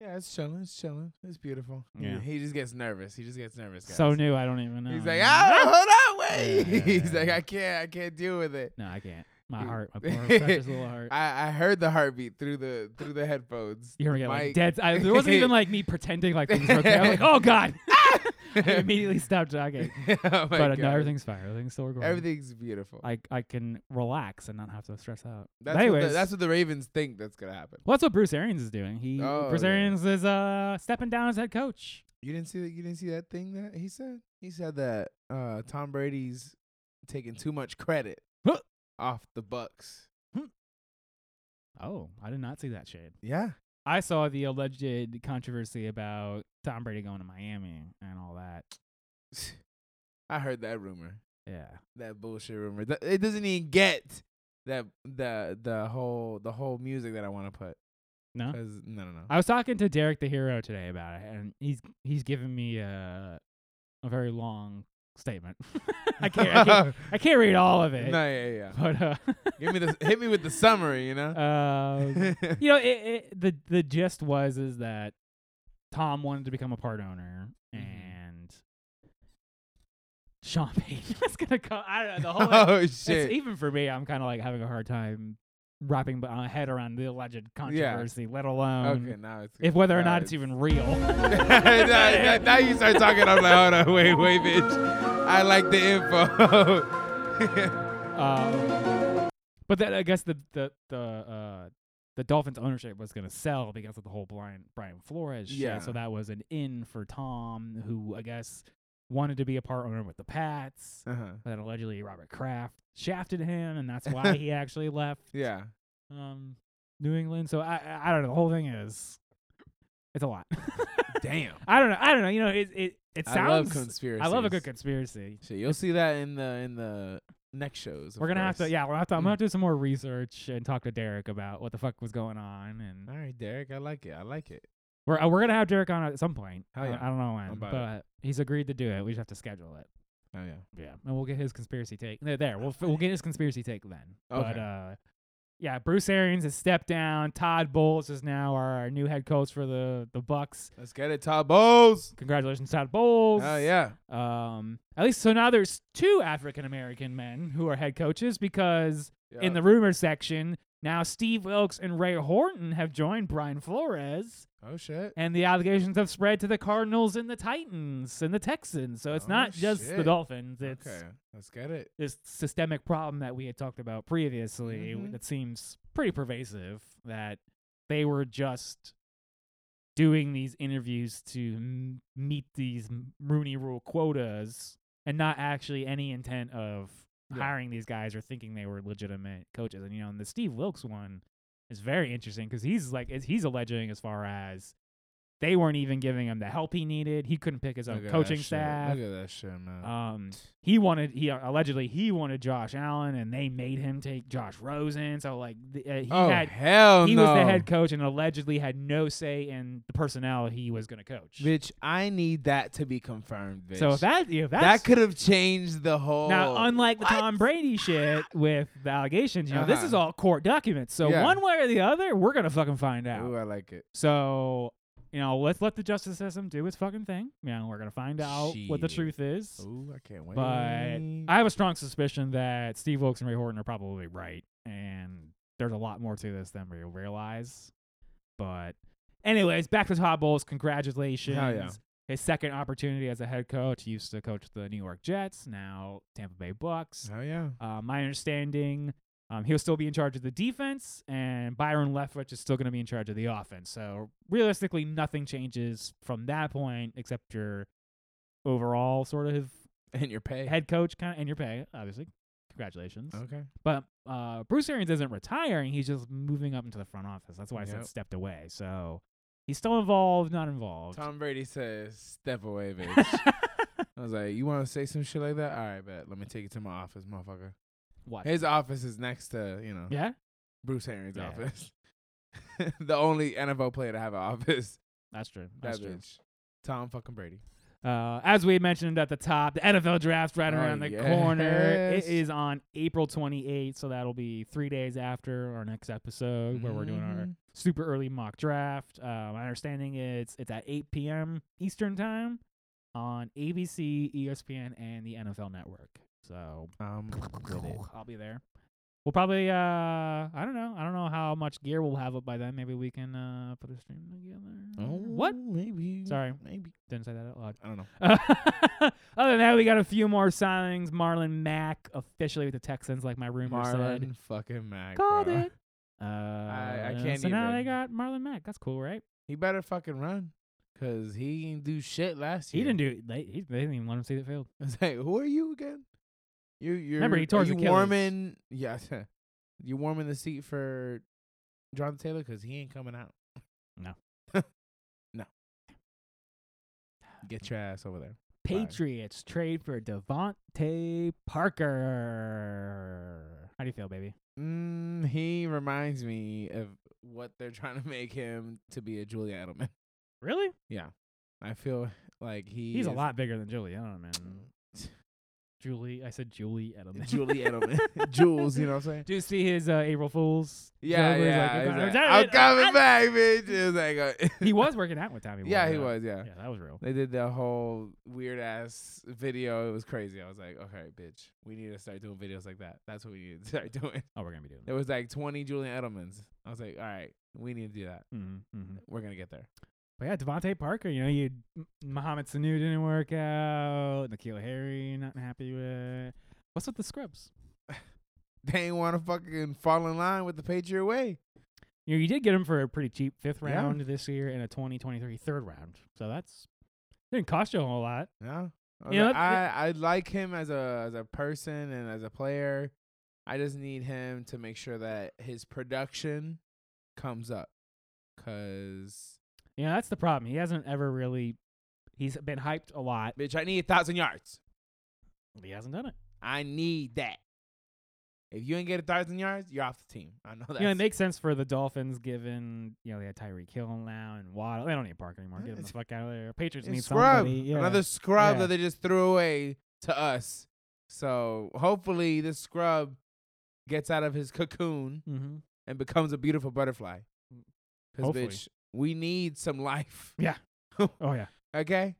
Speaker 2: Yeah, it's chilling. It's chilling. It's beautiful.
Speaker 1: Yeah.
Speaker 2: He, he just gets nervous. He just gets nervous. Guys.
Speaker 1: so new. I don't even know.
Speaker 2: He's like, ah, hold on, wait.
Speaker 1: Yeah, yeah,
Speaker 2: He's
Speaker 1: yeah,
Speaker 2: like,
Speaker 1: yeah.
Speaker 2: I can't, I can't deal with it.
Speaker 1: no, I can't. My
Speaker 2: He-
Speaker 1: heart, my poor precious little heart.
Speaker 2: I, I heard the heartbeat through the through the headphones.
Speaker 1: You're gonna get like
Speaker 2: Mike-
Speaker 1: dead. I, there wasn't even like me pretending like things were okay. I was like, oh god. I immediately stopped jogging.
Speaker 2: Ah! Oh my
Speaker 1: but uh, no,
Speaker 2: God.
Speaker 1: everything's fine. Everything's still recording.
Speaker 2: everything's beautiful.
Speaker 1: I I can relax and not have to stress out. But
Speaker 2: That's,
Speaker 1: anyways,
Speaker 2: what the, that's what the Ravens think that's gonna happen.
Speaker 1: well, that's what Bruce Arians is doing. He
Speaker 2: Oh,
Speaker 1: Bruce
Speaker 2: yeah.
Speaker 1: Arians is uh stepping down as head coach.
Speaker 2: You didn't see that. You didn't see that thing that he said. He said that uh, Tom Brady's taking too much credit
Speaker 1: Huh.
Speaker 2: off the Bucks.
Speaker 1: Oh, I did not see that shade.
Speaker 2: Yeah,
Speaker 1: I saw the alleged controversy about Tom Brady going to Miami and all that.
Speaker 2: I heard that rumor.
Speaker 1: Yeah.
Speaker 2: That bullshit rumor. Th- It doesn't even get that the the whole the whole music that I want to put.
Speaker 1: No?
Speaker 2: 'Cause- no, no, no.
Speaker 1: I was talking to Derek the Hero today about it, and he's he's given me a a very long statement. I can't I can't, I can't read all of it,
Speaker 2: no, yeah, yeah. yeah.
Speaker 1: but uh,
Speaker 2: Give me the hit me with the summary. You know.
Speaker 1: um, you know, it, it, the the gist was is that Tom wanted to become a part owner,
Speaker 2: Mhm.
Speaker 1: and Sean Payton was gonna come. I don't know the whole.
Speaker 2: oh
Speaker 1: It's, e-
Speaker 2: shit!
Speaker 1: even for me, I'm kind of like having a hard time wrapping my head around the alleged controversy, let alone
Speaker 2: okay, now
Speaker 1: um,
Speaker 2: it's
Speaker 1: if whether or
Speaker 2: now
Speaker 1: not it's even real.
Speaker 2: now, now- now you start talking. I'm like, hold on, wait, wait, bitch. I like the info.
Speaker 1: Um, but that I guess the the the uh, the Dolphins ownership was going to sell because of the whole Brian Brian Flores shit.
Speaker 2: Yeah.
Speaker 1: So that was an in for Tom, who I guess wanted to be a part owner with the Pats.
Speaker 2: uh-huh.
Speaker 1: But then allegedly Robert Kraft shafted him, and that's why he actually left
Speaker 2: Yeah.
Speaker 1: um, New England. So I I- I don't know. The whole thing is it's a lot.
Speaker 2: Damn.
Speaker 1: I don't know. I don't know. You know, it it it sounds.
Speaker 2: I love conspiracy.
Speaker 1: I love a good conspiracy.
Speaker 2: So you'll see that in the in the next shows. of
Speaker 1: We're gonna have
Speaker 2: course.
Speaker 1: to, yeah. We're gonna have to, I'm gonna
Speaker 2: Mm.
Speaker 1: have to do some more research and talk to Derek about what the fuck was going on, and
Speaker 2: All right, Derek. I like it. I like it.
Speaker 1: we're uh, we're gonna have Derek on at some point.
Speaker 2: Hell
Speaker 1: I don't-
Speaker 2: yeah.
Speaker 1: I, don't know when,
Speaker 2: about
Speaker 1: but
Speaker 2: it.
Speaker 1: he's agreed to do it. We just have to schedule it.
Speaker 2: Oh yeah.
Speaker 1: Yeah, and we'll get his conspiracy take. There, there. We'll f- we'll get his conspiracy take then. But
Speaker 2: Okay.
Speaker 1: uh, yeah, Bruce Arians has stepped down. Todd Bowles is now our, our new head coach for the the Bucks.
Speaker 2: Let's get it, Todd Bowles.
Speaker 1: Congratulations, Todd Bowles.
Speaker 2: Oh yeah.
Speaker 1: Um, at least so now there's two African American men who are head coaches because
Speaker 2: yeah.
Speaker 1: in the rumor section. Now, Steve Wilkes and Ray Horton have joined Brian Flores,
Speaker 2: oh shit.
Speaker 1: and the allegations have spread to the Cardinals and the Titans and the Texans. So it's
Speaker 2: Oh,
Speaker 1: not just the
Speaker 2: shit.
Speaker 1: Dolphins, it's
Speaker 2: okay. Let's get it.
Speaker 1: this systemic problem that we had talked about previously
Speaker 2: Mhm.
Speaker 1: that seems pretty pervasive that they were just doing these interviews to m- meet these M- Rooney Rule quotas and not actually any intent of
Speaker 2: Yeah.
Speaker 1: hiring these guys or thinking they were legitimate coaches. And you know, and the Steve Wilkes one is very interesting because he's like it's- he's alleging as far as they weren't even giving him the help he needed. He couldn't pick his
Speaker 2: Look
Speaker 1: own
Speaker 2: at that
Speaker 1: coaching
Speaker 2: shit.
Speaker 1: staff.
Speaker 2: Look at that shit, man.
Speaker 1: Um, he wanted he allegedly he wanted Josh Allen, and they made him take Josh Rosen. So like the, uh, he
Speaker 2: oh
Speaker 1: had
Speaker 2: hell
Speaker 1: he
Speaker 2: no.
Speaker 1: was the head coach and allegedly had no say in the personnel he was going to coach.
Speaker 2: Bitch, I need that to be confirmed, bitch.
Speaker 1: so if that if that's,
Speaker 2: that could have changed the whole.
Speaker 1: now unlike the
Speaker 2: What?
Speaker 1: Tom Brady shit with the allegations, you know this
Speaker 2: Uh-huh.
Speaker 1: is all court documents. So
Speaker 2: Yeah.
Speaker 1: one way or the other, we're gonna fucking find out.
Speaker 2: Ooh, I like it.
Speaker 1: So you know let's let the justice system do its fucking thing. You know we're gonna find out what the
Speaker 2: Shit.
Speaker 1: truth is.
Speaker 2: Ooh, I can't wait.
Speaker 1: But I have a strong suspicion that Steve Wilkes and Ray Horton are probably right, and there's a lot more to this than we realize. But, anyways, back to Todd Bowles. Congratulations. His second opportunity as a head coach. He used to coach the New York Jets, now Tampa Bay Bucks.
Speaker 2: Hell yeah.
Speaker 1: Uh, my understanding, um, he'll still be in charge of the defense, and Byron Leftwich is still going to be in charge of the offense. So realistically, nothing changes from that point except your overall sort of
Speaker 2: And your pay.
Speaker 1: head coach kind of and your pay, obviously. Congratulations.
Speaker 2: Okay.
Speaker 1: But uh, Bruce Arians isn't retiring; he's just moving up into the front office. That's why I
Speaker 2: Yep.
Speaker 1: said stepped away. So he's still involved, not involved.
Speaker 2: Tom Brady says, "Step away, bitch." I was like, "You want to say some shit like that? All right, bet. Let me take you to my office, motherfucker."
Speaker 1: what?
Speaker 2: His office is next to you know
Speaker 1: yeah,
Speaker 2: Bruce Arians'
Speaker 1: Yeah.
Speaker 2: office. the only NFL player to have an office.
Speaker 1: that's true. That's
Speaker 2: That
Speaker 1: true.
Speaker 2: bitch. Tom fucking Brady.
Speaker 1: Uh, as we had mentioned at the top, the NFL draft's right
Speaker 2: Oh,
Speaker 1: around the corner.
Speaker 2: yes.
Speaker 1: It is on April 28th, so that'll be three days after our next episode where we're doing our
Speaker 2: Mhm.
Speaker 1: super early mock draft. Uh, my understanding is it's at 8 p.m. Eastern time on ABC, ESPN, and the NFL Network. So
Speaker 2: Um, with it.
Speaker 1: I'll be there. We'll probably uh I don't know. I don't know how much gear we'll have up by then. Maybe we can uh put a stream together.
Speaker 2: Oh,
Speaker 1: What?
Speaker 2: Maybe.
Speaker 1: Sorry.
Speaker 2: Maybe.
Speaker 1: Didn't say that out loud.
Speaker 2: I don't know.
Speaker 1: Other than that, we got a few more signings. Marlon Mack officially with the Texans, like my rumor said.
Speaker 2: Marlon fucking Mack.
Speaker 1: Called
Speaker 2: bro.
Speaker 1: it. Uh, I,
Speaker 2: can't
Speaker 1: So now they
Speaker 2: even.
Speaker 1: got Marlon Mack. That's cool, right?
Speaker 2: He better fucking run, cause he didn't do shit last
Speaker 1: He
Speaker 2: year.
Speaker 1: didn't do. They, he, they didn't even let him see the field.
Speaker 2: It's like, who are you again? You you
Speaker 1: Remember, he tore
Speaker 2: are
Speaker 1: his
Speaker 2: you
Speaker 1: Achilles.
Speaker 2: warming? Yeah, you warming the seat for Jonathan Taylor because he ain't coming out.
Speaker 1: No.
Speaker 2: no. Get your ass over there. Bye.
Speaker 1: Patriots trade for Devontae Parker. How do you feel, baby?
Speaker 2: Mm, he reminds me of what they're trying to make him to be a Julia Edelman.
Speaker 1: Really?
Speaker 2: I feel like he
Speaker 1: He's a
Speaker 2: is-
Speaker 1: lot bigger than Julie Edelman. Julie, I said Julie Edelman.
Speaker 2: Julie Edelman, Jules. You know what I'm saying?
Speaker 1: Do you see his uh, April Fools?
Speaker 2: Yeah,
Speaker 1: joke where he's like,
Speaker 2: yeah.
Speaker 1: "I'm
Speaker 2: he's
Speaker 1: gonna return
Speaker 2: like, I'm
Speaker 1: it."
Speaker 2: coming
Speaker 1: I-
Speaker 2: back, bitch. It was like, uh,
Speaker 1: He was working out with Tommy. Boy,
Speaker 2: yeah, he
Speaker 1: uh,
Speaker 2: was. Yeah.
Speaker 1: Yeah, that was real.
Speaker 2: They did that whole weird ass video. It was crazy. I was like, okay, bitch, we need to start doing videos like that. That's what we need to start doing.
Speaker 1: Oh, we're gonna be doing that.
Speaker 2: There was like 20 Julian Edelmans. I was like, all right, we need to do that.
Speaker 1: Mm-hmm, mm-hmm.
Speaker 2: We're gonna get there.
Speaker 1: But yeah, Devontae Parker. You know, you M- Mohamed Sanu didn't work out. Nikhil Harry, not happy with. What's with the scrubs?
Speaker 2: They ain't want to fucking fall in line with the Patriot way.
Speaker 1: You know, you did get him for a pretty cheap fifth
Speaker 2: Yeah.
Speaker 1: round this year and a 2023 third round. So that's didn't cost you a whole lot.
Speaker 2: No, I, was
Speaker 1: You know,
Speaker 2: like,
Speaker 1: that-
Speaker 2: I I like him as a as a person and as a player. I just need him to make sure that his production comes up, cause
Speaker 1: You know, that's the problem. He hasn't ever really. He's been hyped a lot.
Speaker 2: bitch, I need a thousand yards.
Speaker 1: but He hasn't done it.
Speaker 2: I need that. If you ain't get a thousand yards, you're off the team. I know that.
Speaker 1: you know, it makes sense for the Dolphins given, you know, they had Tyreek Hill now and Waddle. They don't need Parker anymore. Get him the
Speaker 2: It's-
Speaker 1: fuck out of there. Patriots need
Speaker 2: It's scrub,
Speaker 1: somebody. Yeah.
Speaker 2: another scrub
Speaker 1: Yeah.
Speaker 2: that they just threw away to us. So hopefully this scrub gets out of his cocoon
Speaker 1: Mm-hmm.
Speaker 2: and becomes a beautiful butterfly. Because
Speaker 1: Hopefully.
Speaker 2: bitch, we need some life.
Speaker 1: Yeah. Oh, yeah.
Speaker 2: Okay.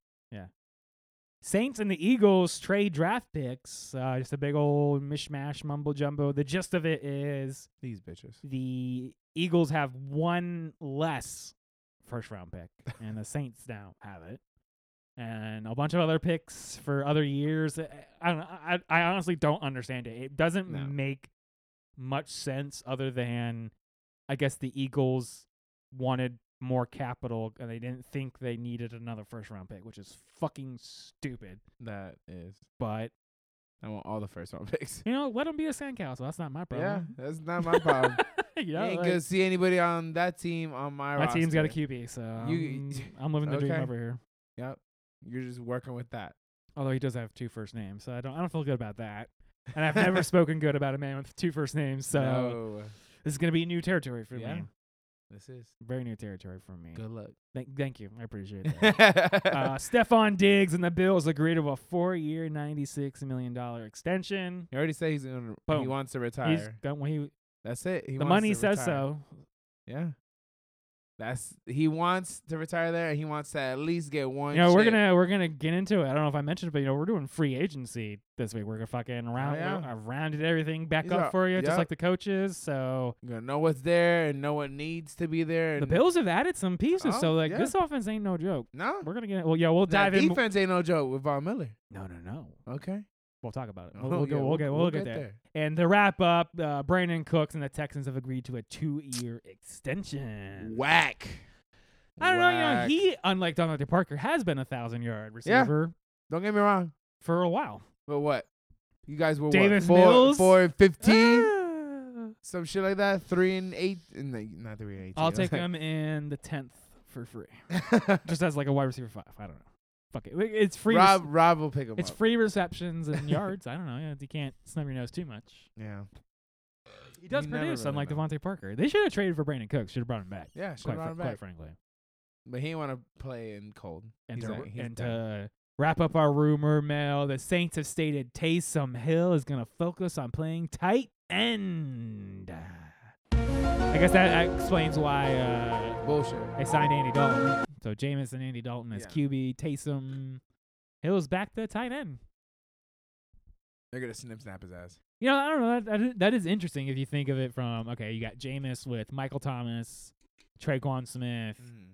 Speaker 1: Saints and the Eagles trade draft picks. Uh, just a big old mishmash, mumbo jumbo. The gist of it is
Speaker 2: These bitches.
Speaker 1: the Eagles have one less first round pick, and the Saints now have it, and a bunch of other picks for other years. I- I don't, I, I honestly don't understand it. It doesn't
Speaker 2: No.
Speaker 1: make much sense other than, I guess the Eagles wanted more capital and they didn't think they needed another first round pick, which is fucking stupid.
Speaker 2: That is.
Speaker 1: But
Speaker 2: I want all the first round picks.
Speaker 1: you know, let them be a sandcastle. That's not my
Speaker 2: Yeah,
Speaker 1: problem.
Speaker 2: that's not my problem.
Speaker 1: you
Speaker 2: you
Speaker 1: know,
Speaker 2: ain't
Speaker 1: like-
Speaker 2: gonna see anybody on that team on my
Speaker 1: My team's got a
Speaker 2: roster.
Speaker 1: QB, so
Speaker 2: You-
Speaker 1: I'm, I'm living the dream
Speaker 2: okay.
Speaker 1: over here.
Speaker 2: Yep. You're just working with that.
Speaker 1: Although he does have two first names, so I don't I don't feel good about that. And I've never spoken good about a man with two first names, so
Speaker 2: No.
Speaker 1: this is gonna be new territory for
Speaker 2: Yeah.
Speaker 1: me.
Speaker 2: This is
Speaker 1: Very new territory for me.
Speaker 2: good luck.
Speaker 1: Thank, thank you, I appreciate that. uh, Stefan Diggs and the Bills agreed to a four-year, ninety-six million dollar extension.
Speaker 2: he already said he's gonna. He
Speaker 1: Boom.
Speaker 2: wants to
Speaker 1: He's
Speaker 2: retire.
Speaker 1: going when he
Speaker 2: That's it. He
Speaker 1: the
Speaker 2: wants
Speaker 1: money
Speaker 2: to
Speaker 1: says
Speaker 2: retire.
Speaker 1: so.
Speaker 2: Yeah. That's he wants to retire there, and he wants to at least get one.
Speaker 1: You know, we're
Speaker 2: chip.
Speaker 1: gonna we're gonna get into it. I don't know if I mentioned, it, but you know, we're doing free agency this week. We're gonna fucking round.
Speaker 2: yeah.
Speaker 1: I've rounded everything back
Speaker 2: These
Speaker 1: up
Speaker 2: are-
Speaker 1: for you, just
Speaker 2: yep.
Speaker 1: like the coaches. So
Speaker 2: You're gonna know what's there and know what needs to be there. And
Speaker 1: the Bills have added some pieces. so
Speaker 2: Oh,
Speaker 1: like
Speaker 2: yeah.
Speaker 1: this offense ain't no joke.
Speaker 2: No.
Speaker 1: We're gonna get well. Yeah, we'll
Speaker 2: That
Speaker 1: dive in. mo-
Speaker 2: defense ain't no joke with Von Miller.
Speaker 1: No, no, no.
Speaker 2: Okay.
Speaker 1: We'll talk about it. We'll,
Speaker 2: Oh,
Speaker 1: we'll,
Speaker 2: yeah,
Speaker 1: go, we'll, get we'll, get, there. And to wrap up, uh, Brandon Cooks and the Texans have agreed to a two-year extension.
Speaker 2: Whack.
Speaker 1: I don't know. You know,
Speaker 2: Whack.
Speaker 1: he, unlike Donald Parker, has been a thousand-yard receiver
Speaker 2: Don't get me wrong,
Speaker 1: for a while.
Speaker 2: but what? You guys were
Speaker 1: Davis
Speaker 2: what? Four,
Speaker 1: Mills?
Speaker 2: four and fifteen.
Speaker 1: Ah.
Speaker 2: some shit like that. Three and eight, and like, not three and eight.
Speaker 1: I'll take him in the tenth for free, just as like a wide receiver five. I don't know. Fuck it. Wait, It's free.
Speaker 2: Rob,
Speaker 1: rece-
Speaker 2: Rob will pick him
Speaker 1: it's
Speaker 2: up.
Speaker 1: free receptions and yards. I don't know. Yeah, you can't snub your nose too much.
Speaker 2: yeah,
Speaker 1: He does
Speaker 2: You never
Speaker 1: produce,
Speaker 2: really
Speaker 1: unlike
Speaker 2: know.
Speaker 1: Devontae Parker. They should have traded for Brandon Cooks. Should have brought him back.
Speaker 2: yeah, should
Speaker 1: Quite,
Speaker 2: run
Speaker 1: fr-
Speaker 2: back.
Speaker 1: quite frankly.
Speaker 2: But he didn't want to play in cold.
Speaker 1: And
Speaker 2: He's
Speaker 1: to,
Speaker 2: like, he's
Speaker 1: and
Speaker 2: done.
Speaker 1: to Wrap up our rumor mill. The Saints have stated Taysom Hill is going to focus on playing tight end. I guess that explains why uh,
Speaker 2: Bullshit.
Speaker 1: they signed Andy Dalton. So Jameis and Andy Dalton as
Speaker 2: Yeah.
Speaker 1: QB. Taysom Hill's back to tight end.
Speaker 2: They're gonna snip snap his ass.
Speaker 1: You know, I don't know. That, that, is, that is interesting if you think of it from, okay, you got Jameis with Michael Thomas, Traquan Smith,
Speaker 2: Mm.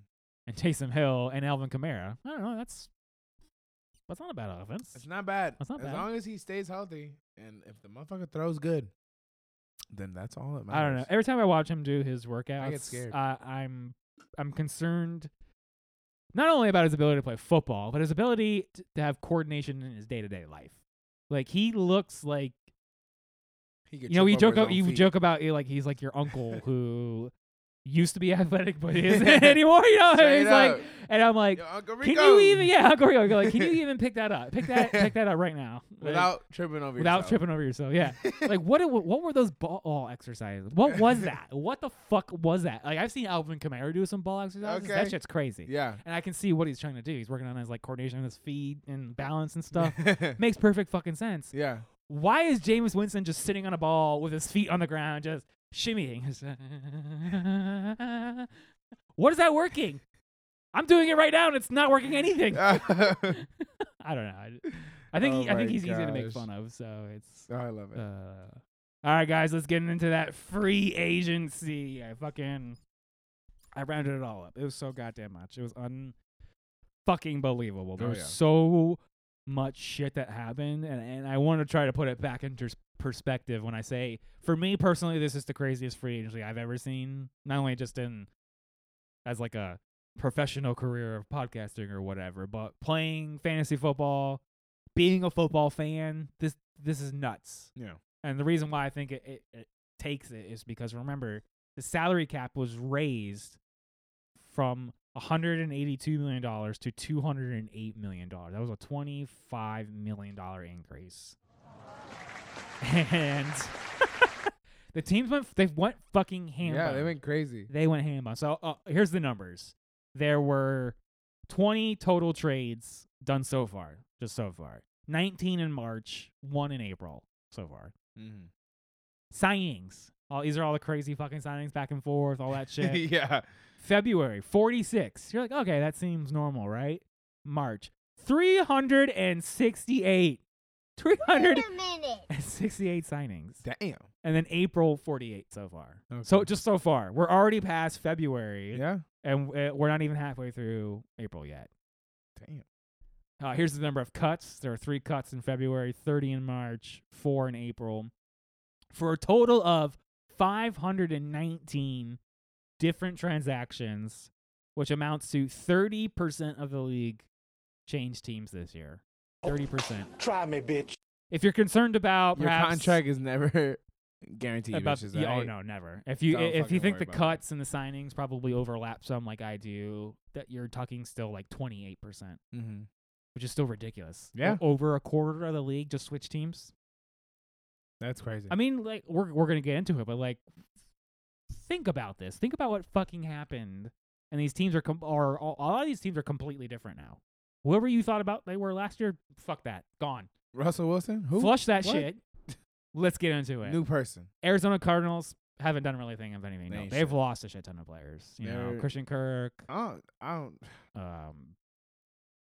Speaker 1: and Taysom Hill, and Alvin Kamara. I don't know. That's that's not a bad offense.
Speaker 2: It's not bad.
Speaker 1: That's not
Speaker 2: as
Speaker 1: bad.
Speaker 2: long as he stays healthy and if the motherfucker throws good, then that's all that matters.
Speaker 1: I don't know. Every time I watch him do his workouts,
Speaker 2: scared.
Speaker 1: Uh, I'm I'm concerned not only about his ability to play football, but his ability t- to have coordination in his day to day life. Like he looks like
Speaker 2: He could
Speaker 1: you know
Speaker 2: trip
Speaker 1: you joke
Speaker 2: over his
Speaker 1: o-
Speaker 2: own
Speaker 1: you
Speaker 2: feet.
Speaker 1: joke about eh, like he's like your uncle who used to be athletic but isn't anymore. You know, and
Speaker 2: Straight
Speaker 1: he's like,
Speaker 2: up.
Speaker 1: and I'm like,
Speaker 2: Yo, Uncle
Speaker 1: can
Speaker 2: Rico!
Speaker 1: you even yeah, Uncle Rico, like, can you even pick that up? Pick that pick that up right now Like,
Speaker 2: without tripping over
Speaker 1: without
Speaker 2: yourself.
Speaker 1: tripping over yourself. Yeah. like what it- what were those ball exercises? What was that? what the fuck was that? Like I've seen Alvin Kamara do some ball exercises. That
Speaker 2: Okay.
Speaker 1: shit's crazy.
Speaker 2: Yeah.
Speaker 1: And I can see what he's trying to do. He's working on his like coordination of his feet and balance and stuff. Makes perfect fucking sense.
Speaker 2: yeah.
Speaker 1: Why is James Winston just sitting on a ball with his feet on the ground, just shimmying? Just, what is that working? I'm doing it right now, and it's not working anything.
Speaker 2: oh,
Speaker 1: I don't know. I, I think
Speaker 2: Oh
Speaker 1: he, I think
Speaker 2: my
Speaker 1: he's easy to make
Speaker 2: gosh.
Speaker 1: fun of. So it's
Speaker 2: Oh, I love it.
Speaker 1: uh, all right, guys, let's get into that free agency. I fucking I rounded it all up. It was so goddamn much. It was un fucking believable. There
Speaker 2: Oh,
Speaker 1: was
Speaker 2: yeah.
Speaker 1: so much shit that happened, and and I want to try to put it back into s- perspective when I say, for me personally, this is the craziest free agency I've ever seen. Not only just in as like a professional career of podcasting or whatever, but playing fantasy football, being a football fan, this this is nuts.
Speaker 2: yeah.
Speaker 1: And the reason why I think it, it, it takes it is because remember, the salary cap was raised from $182 million to $208 million. That was a $25 million increase. And the teams went, they went fucking ham.
Speaker 2: Yeah,
Speaker 1: on
Speaker 2: they
Speaker 1: it.
Speaker 2: went crazy.
Speaker 1: They went ham on. So uh, here's the numbers. There were 20 total trades done so far, just so far. 19 in March, one in April, so far.
Speaker 2: Mm-hmm.
Speaker 1: Signings. All these are all the crazy fucking signings back and forth, all that shit.
Speaker 2: yeah.
Speaker 1: February 46. You're like, okay, that seems normal, right? March 368. 368 signings.
Speaker 2: Damn.
Speaker 1: And then April 48 so far. So
Speaker 2: Okay.
Speaker 1: just so far, we're already past February
Speaker 2: Yeah.
Speaker 1: and uh, we're not even halfway through April yet.
Speaker 2: Damn.
Speaker 1: Uh, here's the number of cuts. There are three cuts in February, 30 in March, four in April, for a total of 519 different transactions, which amounts to 30% of the league changed teams this year. 30%.
Speaker 4: Oh. Try me, bitch.
Speaker 1: If you're concerned about
Speaker 2: Your
Speaker 1: perhaps
Speaker 2: contract is never guaranteed.
Speaker 1: about,
Speaker 2: which is
Speaker 1: yeah, oh
Speaker 2: like-
Speaker 1: no, never. If you
Speaker 2: Don't
Speaker 1: if you think
Speaker 2: fucking worry
Speaker 1: the
Speaker 2: about it.
Speaker 1: cuts and the signings probably overlap some, like I do, that you're talking still like 28 percent.
Speaker 2: Mhm.
Speaker 1: which is still ridiculous. O-
Speaker 2: Yeah.
Speaker 1: over a quarter of the league just switch teams.
Speaker 2: That's crazy.
Speaker 1: I mean, like we're we're gonna get into it, but like, think about this. Think about what fucking happened, and these teams are com- are all, a lot of these teams are completely different now. Whoever you thought about they were last year, fuck that, gone.
Speaker 2: Russell Wilson? Who?
Speaker 1: Flush that
Speaker 2: What?
Speaker 1: shit. Let's get into it.
Speaker 2: New person.
Speaker 1: Arizona Cardinals haven't done really anything of anything. No.
Speaker 2: They
Speaker 1: They've
Speaker 2: should.
Speaker 1: lost a shit ton of players. You know,
Speaker 2: They're-
Speaker 1: Christian Kirk,
Speaker 2: I don't. I don't.
Speaker 1: um,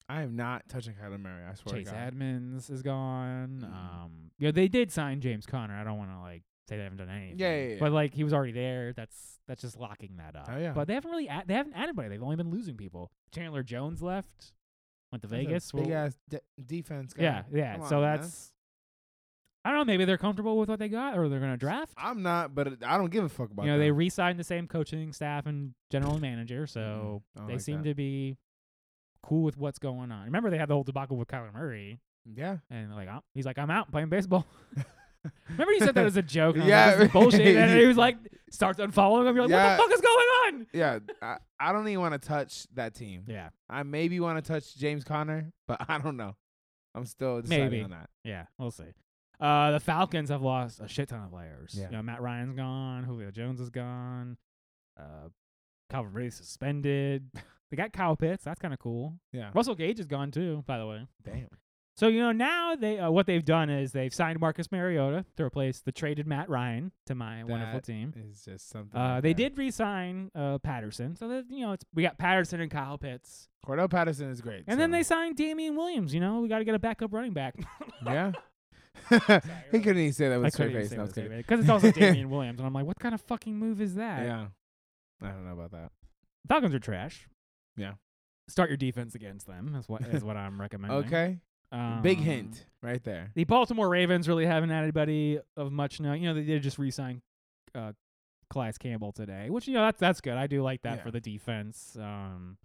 Speaker 2: I am not touching Kyler Murray. I swear
Speaker 1: Chase
Speaker 2: to God.
Speaker 1: Edmonds is gone.
Speaker 2: Mhm.
Speaker 1: Um, you know, they did sign James Conner. I don't want to like say they haven't done anything.
Speaker 2: yeah, yeah.
Speaker 1: But like he was already there. That's that's just locking that up.
Speaker 2: Oh, yeah.
Speaker 1: But they haven't really add, they haven't added anybody. They've only been losing people. Chandler Jones left. Went to Vegas. Well,
Speaker 2: Big ass de- defense guy.
Speaker 1: yeah, yeah.
Speaker 2: Come
Speaker 1: so
Speaker 2: on, man.
Speaker 1: that's I don't know. Maybe they're comfortable with what they got, or they're gonna draft.
Speaker 2: I'm not, but I don't give a fuck about.
Speaker 1: you know, they
Speaker 2: them.
Speaker 1: re-signed the same coaching staff and general manager, so
Speaker 2: Mm-hmm. I don't
Speaker 1: they
Speaker 2: like
Speaker 1: seem
Speaker 2: that.
Speaker 1: to be cool with what's going on. Remember, they had the whole debacle with Kyler Murray.
Speaker 2: Yeah.
Speaker 1: And like I'm, he's like, I'm out playing baseball. Remember you said that as a joke. And yeah,
Speaker 2: Yeah.
Speaker 1: like, this is bullshit. And he was like, starts unfollowing him. You're like,
Speaker 2: Yeah.
Speaker 1: what the fuck is going on?
Speaker 2: Yeah. I, I don't even want to touch that team.
Speaker 1: Yeah,
Speaker 2: I maybe want to touch James Conner, but I don't know. I'm still deciding
Speaker 1: Maybe.
Speaker 2: on that.
Speaker 1: yeah, we'll see. Uh, the Falcons have lost a shit ton of players.
Speaker 2: Yeah.
Speaker 1: You know, Matt Ryan's gone. Julio Jones is gone. Uh, Calvin Ridley suspended. They got Kyle Pitts. That's kind of cool.
Speaker 2: Yeah.
Speaker 1: Russell Gage is gone too, by the way.
Speaker 2: Damn.
Speaker 1: So you know now they uh, what they've done is they've signed Marcus Mariota to replace the traded Matt Ryan to my wonderful
Speaker 2: That
Speaker 1: team.
Speaker 2: It's just something.
Speaker 1: Uh,
Speaker 2: like
Speaker 1: they
Speaker 2: that.
Speaker 1: did re-sign uh, Patterson, so that you know it's, we got Patterson and Kyle Pitts,
Speaker 2: Cordell Patterson is great.
Speaker 1: and then
Speaker 2: so-
Speaker 1: they signed Damian Williams. You know we got to get a backup running back.
Speaker 2: Yeah. he
Speaker 1: really.
Speaker 2: couldn't even say that with
Speaker 1: I
Speaker 2: a straight
Speaker 1: couldn't even
Speaker 2: face.
Speaker 1: say what
Speaker 2: No, I was
Speaker 1: to say
Speaker 2: kidding.
Speaker 1: because it's also Damian Williams, and I'm like, what kind of fucking move is that?
Speaker 2: Yeah. I don't know about that.
Speaker 1: Falcons are trash.
Speaker 2: Yeah.
Speaker 1: Start your defense against them. Is what is what I'm recommending.
Speaker 2: Okay. Big
Speaker 1: Um,
Speaker 2: hint right there.
Speaker 1: The Baltimore Ravens really haven't had anybody of much now. You know, they did just re-sign uh, Clyde Campbell today, which you know that's that's good. I do like that
Speaker 2: Yeah.
Speaker 1: for the defense. Um,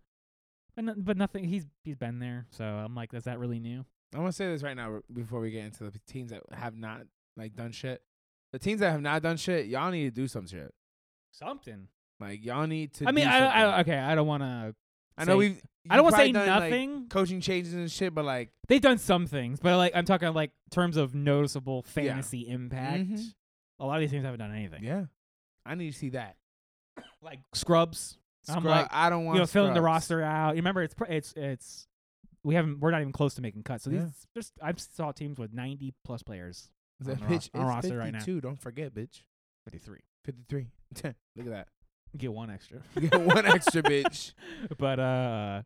Speaker 1: but no, but nothing. He's he's been there, so I'm like, is that really new?
Speaker 2: I'm gonna say this right now r- before we get into the teams that have not like done shit. The teams that have not done shit, y'all need to do some shit.
Speaker 1: Something.
Speaker 2: Like y'all need to.
Speaker 1: I mean,
Speaker 2: do
Speaker 1: I, I
Speaker 2: something.
Speaker 1: okay. I don't want to.
Speaker 2: I know
Speaker 1: say-
Speaker 2: we've.
Speaker 1: I don't
Speaker 2: you've
Speaker 1: want to say
Speaker 2: probably done, like,
Speaker 1: nothing.
Speaker 2: coaching changes and shit, but like
Speaker 1: They've done some things, but like I'm talking like terms of noticeable fantasy impact.
Speaker 2: Mhm.
Speaker 1: A lot of these teams haven't done anything.
Speaker 2: yeah, I need to see that.
Speaker 1: Like Scrubs, I'm
Speaker 2: Scrub,
Speaker 1: like,
Speaker 2: I don't want
Speaker 1: you know, filling the
Speaker 2: scrubs.
Speaker 1: roster out. You remember, it's pr- it's it's we haven't we're not even close to making cuts. So these
Speaker 2: Yeah.
Speaker 1: there's I saw teams with 90 plus players,
Speaker 2: It's like,
Speaker 1: on the ros-
Speaker 2: bitch,
Speaker 1: on
Speaker 2: it's
Speaker 1: roster right now.
Speaker 2: 52. Don't forget, bitch.
Speaker 1: 53
Speaker 2: 53. Look at that.
Speaker 1: get one extra,
Speaker 2: You get one extra, bitch.
Speaker 1: but uh,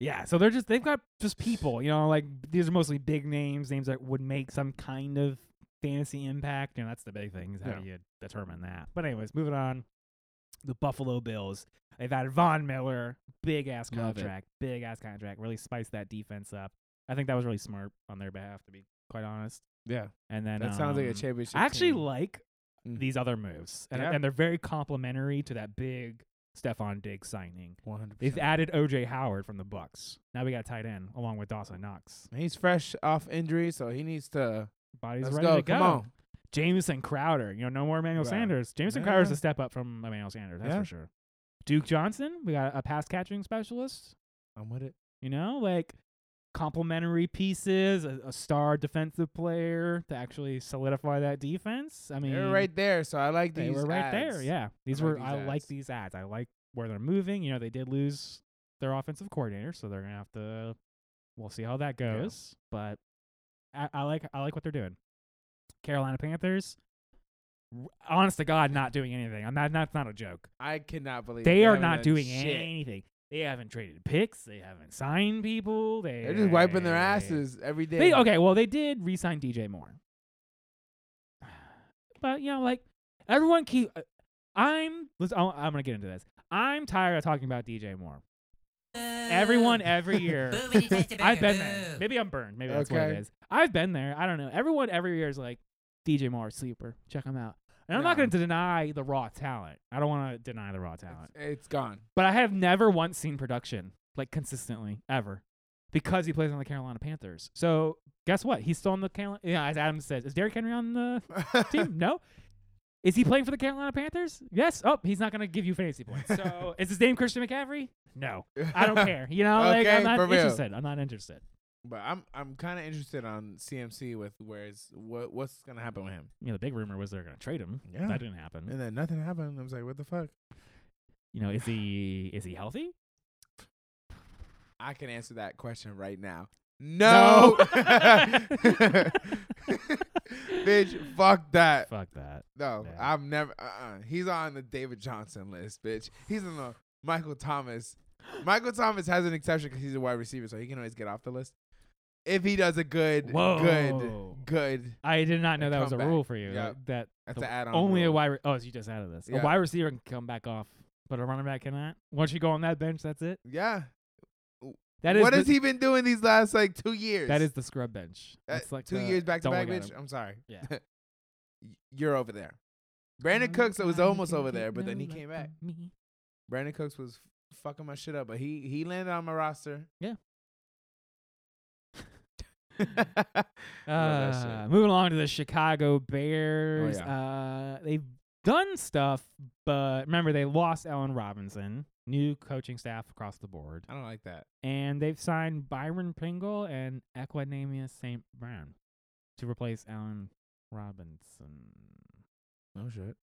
Speaker 1: yeah. So they're just they've got just people. You know, like these are mostly big names, names that would make some kind of fantasy impact. You know, that's the big thing is how
Speaker 2: Yeah.
Speaker 1: do you determine that. But anyways, moving on. The Buffalo Bills. They've added Von Miller, big ass
Speaker 2: Love it.
Speaker 1: contract, big ass contract. Really spiced that defense up. I think that was really smart on their behalf, to be quite honest.
Speaker 2: Yeah,
Speaker 1: And then
Speaker 2: that sounds like a
Speaker 1: um,
Speaker 2: championship.
Speaker 1: I actually
Speaker 2: team.
Speaker 1: like
Speaker 2: Mm.
Speaker 1: these other moves, and,
Speaker 2: Yeah.
Speaker 1: and they're very complimentary to that big Stephon Diggs signing.
Speaker 2: 100.
Speaker 1: They've added OJ Howard from the Bucks. Now we got tight end along with Dawson Knox.
Speaker 2: He's fresh off injury, so he needs to.
Speaker 1: Body's
Speaker 2: Let's
Speaker 1: ready
Speaker 2: go.
Speaker 1: to go.
Speaker 2: Come on.
Speaker 1: Jameson Crowder. You know, no more Emmanuel
Speaker 2: Right.
Speaker 1: Sanders. Jameson
Speaker 2: Yeah,
Speaker 1: Crowder's
Speaker 2: yeah.
Speaker 1: a step up from Emmanuel Sanders, that's
Speaker 2: Yeah.
Speaker 1: for sure. Duke Johnson, we got a pass catching specialist.
Speaker 2: I'm with it.
Speaker 1: You know, like complementary pieces, a, a star defensive player to actually solidify that defense. I mean,
Speaker 2: They're right there, so I like
Speaker 1: they
Speaker 2: these.
Speaker 1: were right there.
Speaker 2: ads.
Speaker 1: Yeah, these
Speaker 2: like
Speaker 1: were.
Speaker 2: these
Speaker 1: I like
Speaker 2: ads.
Speaker 1: these ads. I like where they're moving. You know, they did lose their offensive coordinator, so they're gonna have to. We'll see how that
Speaker 2: Yeah.
Speaker 1: goes, but I, I like I like what they're doing. Carolina Panthers, r- honest to God, not doing anything. I'm not. That's not a joke.
Speaker 2: I cannot believe
Speaker 1: They are
Speaker 2: haven't
Speaker 1: not
Speaker 2: done
Speaker 1: doing
Speaker 2: shit.
Speaker 1: anything. They haven't traded picks. They haven't signed people. They
Speaker 2: They're just wiping their asses every day.
Speaker 1: They, okay, well, they did re-sign DJ Moore, but you know, like everyone keep. uh, I'm let's. I'm I'm gonna get into this. I'm tired of talking about DJ Moore. Everyone every year.
Speaker 4: Boo when you taste it
Speaker 1: I've
Speaker 4: better,
Speaker 1: been there.
Speaker 4: boo.
Speaker 1: Maybe I'm burned. Maybe that's what it
Speaker 2: Okay.
Speaker 1: is. I've been there. I don't know. Everyone every year is like DJ Moore sleeper. Check him out. And I'm not
Speaker 2: No.
Speaker 1: going to deny the raw talent. I don't want to deny the raw talent.
Speaker 2: It's- it's gone.
Speaker 1: But I have never once seen production like consistently ever because he plays on the Carolina Panthers. So guess what? He's still on the Carolina. Yeah, as Adam says, is Derrick Henry on the team? no. Is he playing for the Carolina Panthers? Yes. Oh, he's not going to give you fantasy points. So is his name Christian McCaffrey? No, I don't care. You know, like
Speaker 2: Okay,
Speaker 1: I'm not
Speaker 2: for real.
Speaker 1: interested. I'm not interested.
Speaker 2: But I'm I'm kind of interested on CMC with where's what what's gonna happen with him.
Speaker 1: You know, the big rumor was they're going to trade him.
Speaker 2: Yeah.
Speaker 1: That didn't happen.
Speaker 2: And then nothing happened. I was like, what the fuck?
Speaker 1: You know, is he is he healthy?
Speaker 2: I can answer that question right now. No,
Speaker 1: No.
Speaker 2: bitch, fuck that.
Speaker 1: Fuck that.
Speaker 2: No,
Speaker 1: Yeah.
Speaker 2: I'm never. Uh-uh. He's on the David Johnson list, bitch. He's on the Michael Thomas. Michael Thomas has an exception because he's a wide receiver, so he can always get off the list if he does a good,
Speaker 1: Whoa.
Speaker 2: good, good.
Speaker 1: I did not know that was a
Speaker 2: Comeback.
Speaker 1: rule for you.
Speaker 2: Yeah.
Speaker 1: That, that
Speaker 2: That's
Speaker 1: The
Speaker 2: an add-on.
Speaker 1: Only
Speaker 2: rule.
Speaker 1: a wide. Re- oh, so you just added this.
Speaker 2: Yeah.
Speaker 1: A wide receiver can come back off, but a running back cannot. Once you go on that bench, that's it.
Speaker 2: Yeah.
Speaker 1: That is
Speaker 2: what
Speaker 1: the,
Speaker 2: has he been doing these last like two years?
Speaker 1: That is the scrub bench.
Speaker 2: Uh,
Speaker 1: It's like
Speaker 2: two
Speaker 1: the-
Speaker 2: years back to
Speaker 1: don't
Speaker 2: back,
Speaker 1: look at
Speaker 2: bitch.
Speaker 1: him.
Speaker 2: I'm sorry.
Speaker 1: Yeah.
Speaker 2: Y- You're over there. Brandon
Speaker 1: Don't
Speaker 2: Cooks
Speaker 1: look
Speaker 2: was
Speaker 1: at me,
Speaker 2: almost
Speaker 1: don't
Speaker 2: over
Speaker 1: get
Speaker 2: there, but
Speaker 1: no
Speaker 2: then he
Speaker 1: love
Speaker 2: came back.
Speaker 1: from me.
Speaker 2: Brandon Cooks was f- fucking my shit up, but he he landed on my roster.
Speaker 1: Yeah.
Speaker 2: Love that shit. Oh,
Speaker 1: Uh, moving along to the Chicago Bears. Uh, they've done stuff, but remember they lost Allen Robinson. New coaching staff across the board,
Speaker 2: I don't like that.
Speaker 1: and they've signed Byron Pringle and Equinamia St. Brown to
Speaker 2: Oh,
Speaker 1: replace Allen Robinson.
Speaker 2: No shit.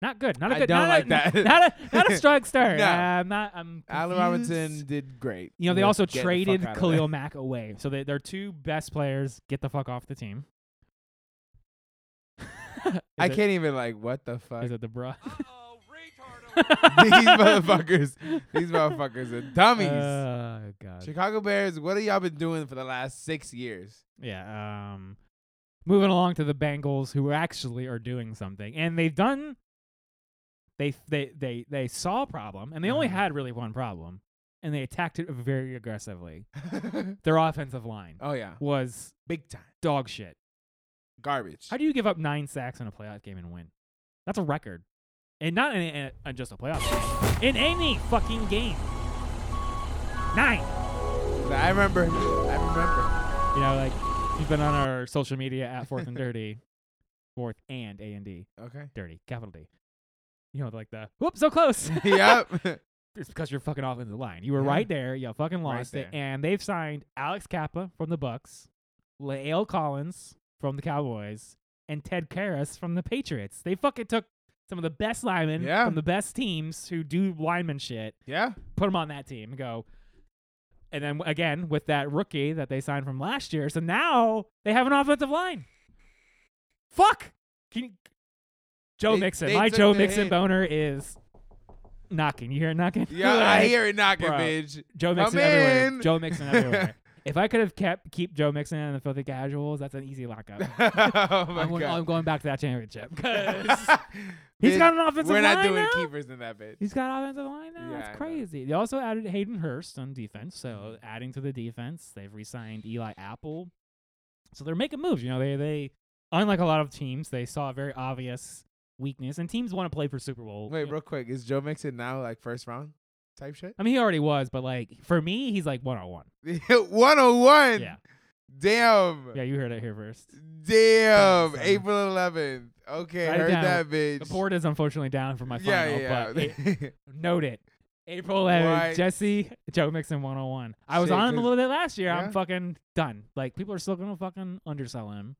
Speaker 1: Not good. Not a
Speaker 2: I
Speaker 1: good.
Speaker 2: don't
Speaker 1: not a-
Speaker 2: like that.
Speaker 1: Not a, not a strong start.
Speaker 2: No.
Speaker 1: I'm not. I'm.
Speaker 2: Allen
Speaker 1: confused.
Speaker 2: Robinson did great.
Speaker 1: You know, they
Speaker 2: with
Speaker 1: also
Speaker 2: getting the
Speaker 1: traded
Speaker 2: fuck out of
Speaker 1: Khalil
Speaker 2: there.
Speaker 1: Mack away. So they, their two best players get the fuck off the team. Is
Speaker 2: I
Speaker 1: it-
Speaker 2: can't even like what the fuck.
Speaker 1: Is it the bruh?
Speaker 2: these motherfuckers, these motherfuckers are dummies.
Speaker 1: Oh god.
Speaker 2: Chicago Bears, what have y'all been doing for the last six years?
Speaker 1: Yeah. Um, moving along to the Bengals, who actually are doing something, and they've done. They they they they saw a problem, and they only
Speaker 2: Uh-huh.
Speaker 1: had really one problem, and they attacked it very aggressively.
Speaker 2: oh
Speaker 1: Their offensive line
Speaker 2: yeah,
Speaker 1: was
Speaker 2: big time
Speaker 1: dog shit.
Speaker 2: garbage.
Speaker 1: How do you give up nine sacks in a playoff game and win? That's a record, and not in, in, in just a playoff game. In any fucking game, nine.
Speaker 2: I remember, I remember.
Speaker 1: You know, like you've been on our social media at Fourth and Dirty, Fourth and A and D.
Speaker 2: Okay.
Speaker 1: dirty, capital D. You know, like the whoop, so close.
Speaker 2: yep.
Speaker 1: It's because you're fucking off in the line. You were
Speaker 2: Yeah.
Speaker 1: right there. You fucking
Speaker 2: Right
Speaker 1: lost it.
Speaker 2: there.
Speaker 1: And they've signed Alex Kappa from the Bucks, Lael Collins from the Cowboys, and Ted Karras from the Patriots. They fucking took some of the best linemen
Speaker 2: Yeah.
Speaker 1: from the best teams who do lineman shit,
Speaker 2: Yeah.
Speaker 1: put them on that team and go. And then again with that rookie that they signed from last year. So now they have an offensive line. Fuck. Can you, Joe
Speaker 2: They-
Speaker 1: Mixon.
Speaker 2: they
Speaker 1: My
Speaker 2: took
Speaker 1: Joe
Speaker 2: the
Speaker 1: Mixon
Speaker 2: hit.
Speaker 1: boner is knocking. You hear it knocking?
Speaker 2: Yeah, I
Speaker 1: Like,
Speaker 2: hear it knocking,
Speaker 1: bruh.
Speaker 2: bitch.
Speaker 1: Joe
Speaker 2: My
Speaker 1: Mixon everywhere.
Speaker 2: man.
Speaker 1: Joe Mixon everywhere. if I could have kept keep Joe Mixon and the filthy casuals, that's an easy lockup.
Speaker 2: oh my
Speaker 1: I'm, going, I'm
Speaker 2: god.
Speaker 1: going back to that championship. 'cause
Speaker 2: Bitch,
Speaker 1: he's got an offensive
Speaker 2: We're
Speaker 1: line
Speaker 2: not doing
Speaker 1: now.
Speaker 2: keepers in that bitch.
Speaker 1: He's got offensive line now.
Speaker 2: Yeah, I
Speaker 1: That's
Speaker 2: know. Mm-hmm.
Speaker 1: crazy. They also added Hayden Hurst on defense. So adding to the defense, they've re-signed Eli Apple. So they're making moves. You know, they they unlike a lot of teams, they saw a very obvious weakness, and teams want to play for Super Bowl.
Speaker 2: Wait,
Speaker 1: you
Speaker 2: real quick, is Joe Mixon now like first round type shit?
Speaker 1: I mean, he already was, but like for me, he's like one on one.
Speaker 2: One on one.
Speaker 1: Yeah,
Speaker 2: Damn.
Speaker 1: yeah, you heard it here first.
Speaker 2: Damn,
Speaker 1: Son.
Speaker 2: April 11th. Okay,
Speaker 1: Write it
Speaker 2: heard
Speaker 1: down.
Speaker 2: that bitch.
Speaker 1: The board is unfortunately down for my
Speaker 2: yeah,
Speaker 1: final,
Speaker 2: yeah.
Speaker 1: but it, note it. April 11th,
Speaker 2: What?
Speaker 1: Jesse, Joe Mixon 101. I was
Speaker 2: Shit,
Speaker 1: on him a
Speaker 2: 'cause-
Speaker 1: little bit last year. I'm
Speaker 2: yeah.
Speaker 1: fucking done. Like, people are still going to fucking undersell him.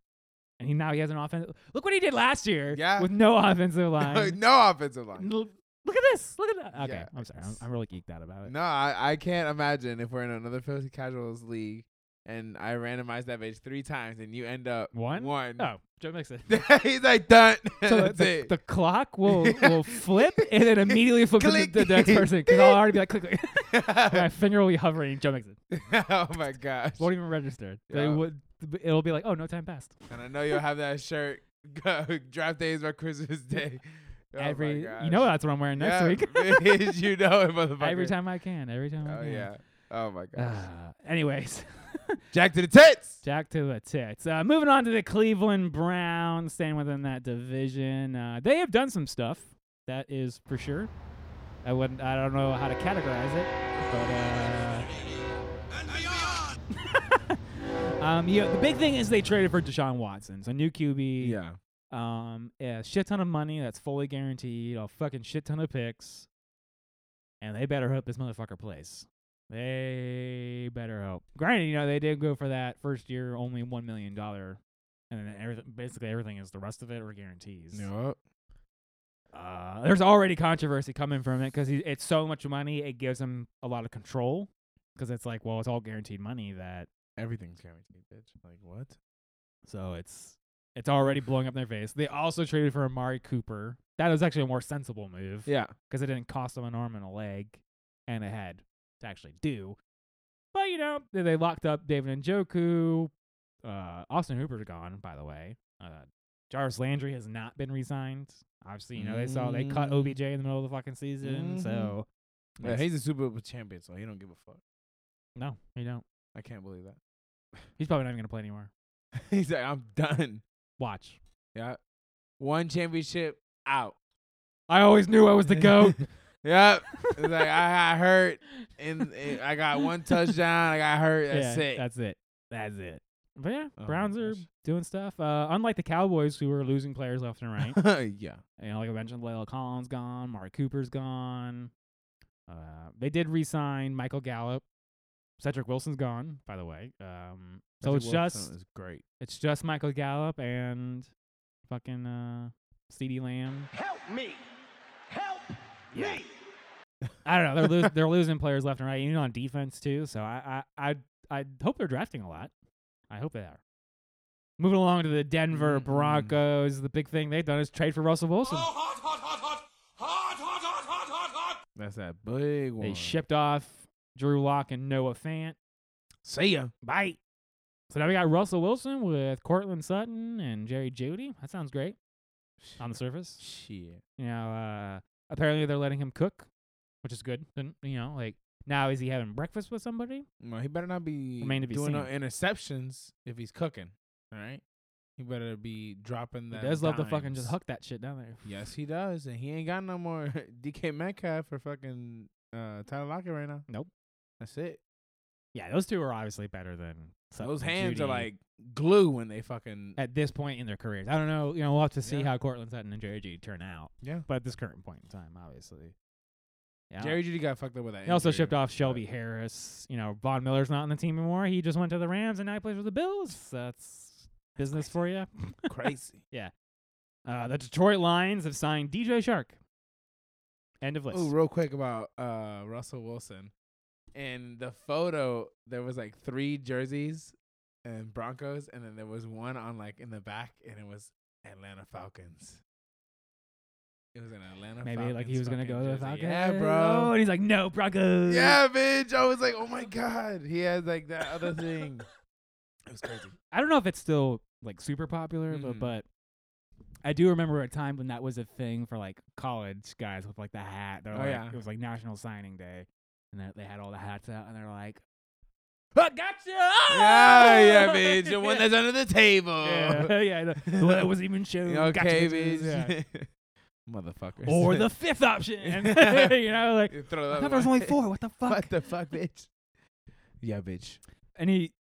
Speaker 1: And he now he has an offense. Look what he did last year
Speaker 2: Yeah.
Speaker 1: with no offensive line.
Speaker 2: no offensive line.
Speaker 1: L- Look at this. Look at that. Okay,
Speaker 2: Yeah,
Speaker 1: I'm sorry. I'm,
Speaker 2: it's-
Speaker 1: I'm really geeked out about it.
Speaker 2: No, I, I can't imagine if we're in another Filthy Casuals league and I randomized that bitch three times and you end up
Speaker 1: One?
Speaker 2: One.
Speaker 1: Oh, Joe Mixon.
Speaker 2: He's like done.
Speaker 1: So
Speaker 2: That's
Speaker 1: the,
Speaker 2: it.
Speaker 1: the clock will will flip and then immediately flip to the,
Speaker 2: Click.
Speaker 1: the next person because I'll already be like, click, click. My finger will be hovering Joe Mixon.
Speaker 2: oh my gosh.
Speaker 1: Won't even register. They
Speaker 2: Yeah.
Speaker 1: would, it'll be like, oh, no time passed.
Speaker 2: And I know you'll have that shirt. Draft day is my Christmas day. Oh my
Speaker 1: every
Speaker 2: gosh.
Speaker 1: you know that's what I'm wearing next
Speaker 2: Yeah,
Speaker 1: week.
Speaker 2: bitch, you know it, motherfucker.
Speaker 1: every time I can. Every time. I
Speaker 2: Oh
Speaker 1: can.
Speaker 2: yeah. Oh my gosh.
Speaker 1: Ah, anyways,
Speaker 2: Jack to the tits.
Speaker 1: Jack to the tits. Uh, moving on to the Cleveland Browns, staying within that division. Uh, they have done some stuff. That is for sure. I wouldn't. I don't know how to categorize it, but uh, um, yeah. The big thing is they traded for Deshaun Watson, so new QB.
Speaker 2: Yeah.
Speaker 1: Um, a shit ton of money that's fully guaranteed, a fucking shit ton of picks, and they better hope this motherfucker plays. They better hope. Granted, you know they did go for that first year only one million dollar, and then everything basically everything is the rest of it are guarantees.
Speaker 2: No.
Speaker 1: Uh, there's already controversy coming from it because it's so much money. It gives him a lot of control because it's like, well, it's all guaranteed money that
Speaker 2: Everything's guaranteed, bitch. Like what?
Speaker 1: So it's it's already blowing up in their face. They also traded for Amari Cooper. That was actually a more sensible move because
Speaker 2: Yeah.
Speaker 1: it didn't cost them an arm and a leg and a head to actually do. But you know, they, they locked up David and Joku. Uh, Austin Hooper's gone, by the way. Uh, Jarvis Landry has not been re-signed. Obviously, you know they saw they cut
Speaker 2: Mm.
Speaker 1: OBJ in the middle of the fucking season.
Speaker 2: Mhm.
Speaker 1: So
Speaker 2: Mm-hmm. Yeah, he's a Super Bowl champion, so he don't give a fuck.
Speaker 1: no, you don't.
Speaker 2: I can't believe that.
Speaker 1: He's probably not even gonna play anymore.
Speaker 2: he's like, I'm done.
Speaker 1: Watch.
Speaker 2: Yeah. One championship out.
Speaker 1: I always knew I was the goat.
Speaker 2: Yep. It's like I got hurt and, and I got one touchdown. I got hurt. That's
Speaker 1: yeah,
Speaker 2: it.
Speaker 1: That's it. That's it. But yeah,
Speaker 2: Oh my
Speaker 1: Browns are
Speaker 2: gosh.
Speaker 1: doing stuff. Uh, unlike the Cowboys, who were losing players left and right.
Speaker 2: yeah.
Speaker 1: you know, like I mentioned, Lyle Collins gone, Mark Cooper's gone. Uh, they did re-sign Michael Gallup. Cedric Wilson's gone, by the way. Um, so it's just
Speaker 2: is great.
Speaker 1: it's just Michael Gallup and fucking uh, C.D. Lamb.
Speaker 3: Help me!
Speaker 1: Yeah. I don't know. They're lo- they're losing players left and right, even on defense too. So I I I I hope they're drafting a lot. I hope they are. Moving along to the Denver
Speaker 2: Mm-mm.
Speaker 1: Broncos, the big thing they've done is trade for Russell Wilson.
Speaker 2: That's that big one.
Speaker 1: They shipped off Drew Lock and Noah Fant.
Speaker 2: See ya.
Speaker 1: Bye. So now we got Russell Wilson with Cortland Sutton and Jerry Judy. That sounds great on the surface.
Speaker 2: Shit.
Speaker 1: You know, uh, apparently they're letting him cook, which is good. Then you know, like now is he having breakfast with somebody?
Speaker 2: No, he better not be
Speaker 1: Remain to be
Speaker 2: doing no
Speaker 1: seen.
Speaker 2: interceptions if he's cooking. All right. He better be dropping
Speaker 1: He
Speaker 2: that.
Speaker 1: does love to fucking just
Speaker 2: dimes.
Speaker 1: hook that shit down there.
Speaker 2: Yes, he does, and he ain't got no more DK Metcalf for fucking uh, Tyler Lockett right now.
Speaker 1: Nope.
Speaker 2: That's it.
Speaker 1: Yeah, those two are obviously better than Sutton
Speaker 2: Those
Speaker 1: and
Speaker 2: hands are
Speaker 1: Jeudy
Speaker 2: like glue when they fucking.
Speaker 1: at this point in their careers. I don't know. You know, we'll have to see
Speaker 2: Yeah.
Speaker 1: how Cortland Sutton and Jerry Judy turn out.
Speaker 2: Yeah.
Speaker 1: but at this current point in time, obviously. Yeah.
Speaker 2: Jerry Judy got fucked up with that.
Speaker 1: They also
Speaker 2: injury.
Speaker 1: shipped off Shelby Harris. You know, Von Miller's not on the team anymore. He just went to the Rams and now he plays for the Bills. That's business for you.
Speaker 2: Crazy.
Speaker 1: Uh, the Detroit Lions have signed DJ Shark. End of list.
Speaker 2: Oh, real quick about uh, Russell Wilson. In the photo, there was like three jerseys and Broncos, and then there was one on like in the back, and it was Atlanta Falcons. It was an Atlanta.
Speaker 1: Maybe
Speaker 2: Falcons
Speaker 1: like he was gonna
Speaker 2: fucking
Speaker 1: go to the
Speaker 2: jersey.
Speaker 1: Falcons.
Speaker 2: Yeah, bro.
Speaker 1: Oh, and he's like, no, Broncos.
Speaker 2: Yeah, bitch. I was like, oh my god, he has like that other thing. It was crazy.
Speaker 1: I don't know if it's still like super popular,
Speaker 2: Mhm.
Speaker 1: but but I do remember a time when that was a thing for like college guys with like the hat. They're
Speaker 2: Oh,
Speaker 1: like,
Speaker 2: yeah.
Speaker 1: it was like National Signing Day, and they, they had all the hats out, and they're like, "I gotcha!"
Speaker 2: Yeah, yeah, bitch. The one that's under the table.
Speaker 1: Ah! yeah, yeah, the, the one that was even shown.
Speaker 2: Okay,
Speaker 1: gotcha, bitches, yeah.
Speaker 2: bitch. Motherfuckers.
Speaker 1: Or the fifth option, you know, like
Speaker 2: You throw
Speaker 1: I
Speaker 2: that
Speaker 1: thought there was
Speaker 2: one.
Speaker 1: only four. What the fuck?
Speaker 2: What the fuck, bitch? Yeah, bitch.
Speaker 1: And he,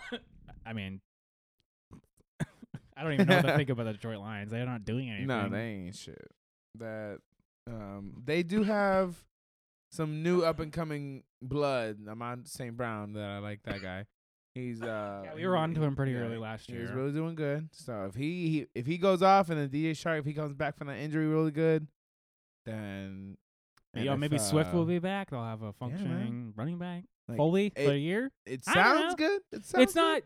Speaker 1: I mean, I don't even know what to think about the Detroit Lions. They're not doing anything.
Speaker 2: No, they ain't shit. That um, they do have some new up and coming blood. Amon St. Brown, that I like that guy. He's uh,
Speaker 1: Yeah, we were on to him pretty
Speaker 2: yeah,
Speaker 1: early last
Speaker 2: He was
Speaker 1: year.
Speaker 2: really doing good. So if he, he if he goes off and then DJ Shark if he comes back from that injury really good, then
Speaker 1: Yeah,
Speaker 2: and if,
Speaker 1: maybe Swift will
Speaker 2: uh,
Speaker 1: be back. They'll have a functioning running back.
Speaker 2: Like,
Speaker 1: Foley
Speaker 2: it-
Speaker 1: for a year.
Speaker 2: It
Speaker 1: I don't
Speaker 2: sounds
Speaker 1: know.
Speaker 2: good. It sounds
Speaker 1: it's not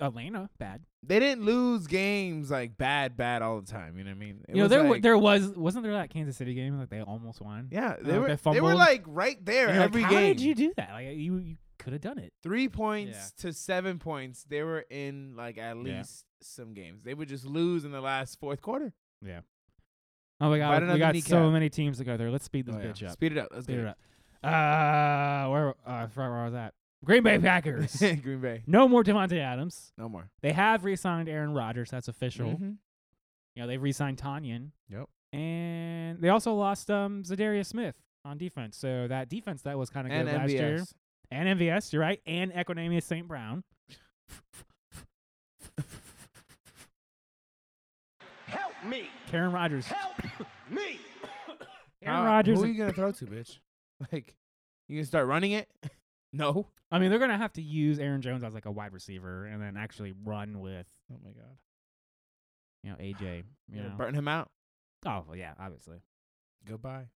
Speaker 1: Atlana bad.
Speaker 2: Good. They didn't lose games like bad, bad all the time. You know what I mean?
Speaker 1: you
Speaker 2: It
Speaker 1: know,
Speaker 2: was
Speaker 1: there wa-
Speaker 2: like-
Speaker 1: there was wasn't there that Kansas City game like they almost won.
Speaker 2: Yeah,
Speaker 1: like,
Speaker 2: they
Speaker 1: they
Speaker 2: were. They were
Speaker 1: Oh, fumbled.
Speaker 2: like right there
Speaker 1: And you're like,
Speaker 2: every
Speaker 1: How
Speaker 2: game.
Speaker 1: did you do that? Like you you could have done it.
Speaker 2: Three points to seven points. They were in like at
Speaker 1: Yeah.
Speaker 2: least some games. They would just lose in the last fourth quarter.
Speaker 1: Oh my
Speaker 2: Bite
Speaker 1: god, we
Speaker 2: another
Speaker 1: got so
Speaker 2: kneecap.
Speaker 1: many teams to go there. Let's speed this
Speaker 2: Oh, yeah.
Speaker 1: bitch up.
Speaker 2: Speed it up. Let's
Speaker 1: Speed
Speaker 2: get
Speaker 1: it up. Uh, where uh, I forgot where I was at. Green Bay Packers.
Speaker 2: Green Bay.
Speaker 1: no more Devontae Adams.
Speaker 2: No more.
Speaker 1: They have re-signed Aaron Rodgers. That's official.
Speaker 2: Mhm.
Speaker 1: You know, they've re-signed Tanyan.
Speaker 2: Yep.
Speaker 1: And they also lost um Zadarius Smith on defense. So that defense that was kind of
Speaker 2: And
Speaker 1: good last year.
Speaker 2: MVS.
Speaker 1: And MVS, you're right. And Equinemius St. Brown.
Speaker 3: Help me!
Speaker 1: Karen Rodgers.
Speaker 3: Help me!
Speaker 1: Aaron
Speaker 2: How-
Speaker 1: Rodgers.
Speaker 2: Uh, Who are you gonna throw to, bitch? Like, you gonna start running it? No.
Speaker 1: I mean, they're going to have to use Aaron Jones as like a wide receiver and then actually run with,
Speaker 2: Oh my god.
Speaker 1: you know, AJ. You
Speaker 2: You're
Speaker 1: know.
Speaker 2: gonna burn him out.
Speaker 1: Oh, well, yeah, obviously.
Speaker 2: Goodbye.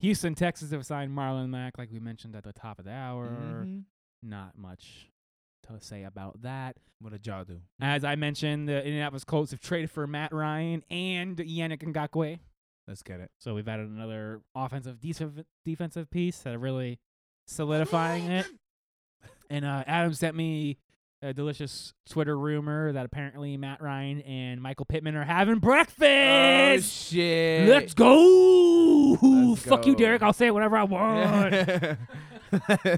Speaker 1: Houston, Texas have signed Marlon Mack, like we mentioned at the top of the hour.
Speaker 2: Mhm.
Speaker 1: Not much to say about that.
Speaker 2: What did y'all do?
Speaker 1: As I mentioned, the Indianapolis Colts have traded for Matt Ryan and Yannick Ngakwe.
Speaker 2: Let's get it.
Speaker 1: So we've added another offensive decef- defensive piece that are really solidifying it. And uh, Adam sent me a delicious Twitter rumor that apparently Matt Ryan and Michael Pittman are having
Speaker 2: Oh
Speaker 1: breakfast.
Speaker 2: shit.
Speaker 1: Let's go!
Speaker 2: Let's
Speaker 1: Fuck you,
Speaker 2: go.
Speaker 1: Derek. I'll say it whenever I want.
Speaker 2: oh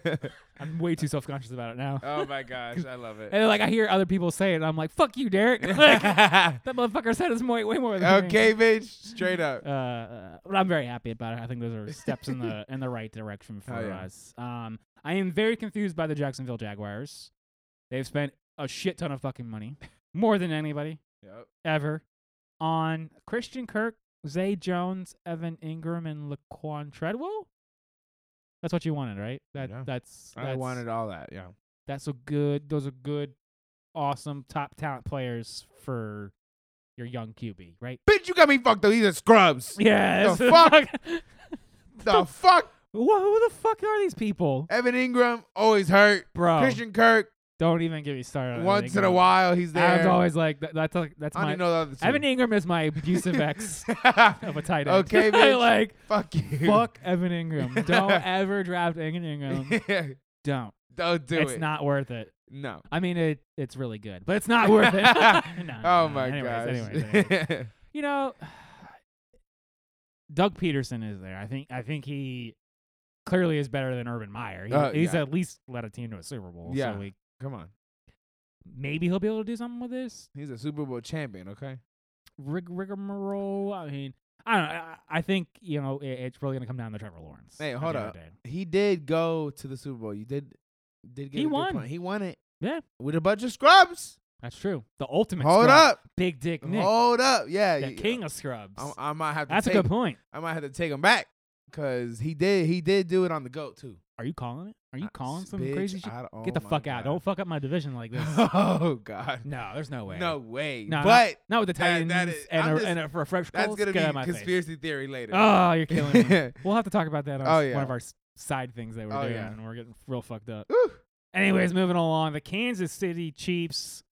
Speaker 1: I'm way too self conscious about it now.
Speaker 2: my gosh, I love it.
Speaker 1: And like I hear other people say it, and I'm like, "Fuck you, Derek." Like, that
Speaker 2: okay,
Speaker 1: motherfucker said it's way way more than me.
Speaker 2: bitch. Straight up.
Speaker 1: Uh, uh, but I'm very happy about it. I think those are steps in the in the right direction for
Speaker 2: Oh, yeah.
Speaker 1: us. Um, I am very confused by the Jacksonville Jaguars. They've spent a shit ton of fucking money, more than anybody
Speaker 2: Yep.
Speaker 1: ever, on Christian Kirk, Zay Jones, Evan Ingram, and Laquan Treadwell. That's what you wanted, right? That
Speaker 2: Yeah.
Speaker 1: that's,
Speaker 2: I
Speaker 1: that's-
Speaker 2: wanted all that. Yeah.
Speaker 1: that's a good those are good awesome top talent players for your young QB, right?
Speaker 2: Bitch, you got me fucked up. These are scrubs.
Speaker 1: Yeah.
Speaker 2: The fuck? the fuck?
Speaker 1: Wha- who the fuck are these people,
Speaker 2: Evan Ingram always hurt.
Speaker 1: bro?
Speaker 2: Christian Kirk,
Speaker 1: don't even get me started. on
Speaker 2: once
Speaker 1: Oh. Evan
Speaker 2: in a
Speaker 1: Ingram.
Speaker 2: while, he's there.
Speaker 1: I was always like, that, that's like, that's
Speaker 2: I don't
Speaker 1: my.
Speaker 2: even know the other two.
Speaker 1: Evan Ingram is my abusive ex of a tight end.
Speaker 2: Okay,
Speaker 1: I
Speaker 2: bitch.
Speaker 1: like
Speaker 2: fuck you.
Speaker 1: fuck Evan Ingram. Don't ever draft Evan Ingram. Don't.
Speaker 2: Don't do
Speaker 1: it's
Speaker 2: it.
Speaker 1: not worth it.
Speaker 2: No.
Speaker 1: I mean, it it's really good, but it's not worth it. No, no, no.
Speaker 2: oh my
Speaker 1: anyways,
Speaker 2: gosh.
Speaker 1: anyways, anyways. you know, Doug Peterson is there. I think I think he clearly is better than Urban Meyer. He,
Speaker 2: Oh,
Speaker 1: he's
Speaker 2: yeah.
Speaker 1: at least led a team to a Super Bowl.
Speaker 2: Yeah.
Speaker 1: So we,
Speaker 2: Come on.
Speaker 1: maybe he'll be able to do something with this
Speaker 2: He's a Super Bowl champion, okay?
Speaker 1: rig rigmarole. I mean, I don't know. I, I think you know it, it's really gonna come down to Trevor Lawrence.
Speaker 2: Hey,
Speaker 1: at the
Speaker 2: hold
Speaker 1: end of
Speaker 2: up.
Speaker 1: the day.
Speaker 2: He did go to the Super Bowl. You did did get
Speaker 1: He
Speaker 2: a good
Speaker 1: won.
Speaker 2: point. He won it.
Speaker 1: Yeah.
Speaker 2: With a bunch of scrubs.
Speaker 1: That's true. The ultimate.
Speaker 2: Hold
Speaker 1: scrub.
Speaker 2: up.
Speaker 1: Big Dick Nick,
Speaker 2: Hold up. Yeah.
Speaker 1: the
Speaker 2: you-
Speaker 1: king of scrubs.
Speaker 2: I, I might have to
Speaker 1: That's a
Speaker 2: take,
Speaker 1: good point.
Speaker 2: I might have to take him back. Cause he did he did do it on the goat too.
Speaker 1: Are you calling it? Are you
Speaker 2: I-
Speaker 1: calling some
Speaker 2: Uh, bitch,
Speaker 1: crazy shit?
Speaker 2: I don't-
Speaker 1: Get the
Speaker 2: oh my
Speaker 1: fuck out! Don't
Speaker 2: God.
Speaker 1: fuck up my division like this.
Speaker 2: Oh God.
Speaker 1: no, there's no way.
Speaker 2: No way.
Speaker 1: No, no.
Speaker 2: but
Speaker 1: Not with the
Speaker 2: That-
Speaker 1: Titans
Speaker 2: that is-
Speaker 1: and,
Speaker 2: I'm
Speaker 1: a,
Speaker 2: just-
Speaker 1: and a, for a fresh
Speaker 2: that's
Speaker 1: Colts,
Speaker 2: gonna
Speaker 1: get out of
Speaker 2: be
Speaker 1: my
Speaker 2: conspiracy theory later.
Speaker 1: Face. Oh, you're killing me.
Speaker 2: Woo.
Speaker 1: we'll have to talk about that on
Speaker 2: Oh,
Speaker 1: s-
Speaker 2: yeah.
Speaker 1: one of our s- side things that we're
Speaker 2: Oh,
Speaker 1: doing,
Speaker 2: yeah.
Speaker 1: and we're getting real fucked up. Anyways, moving along, the Kansas City Chiefs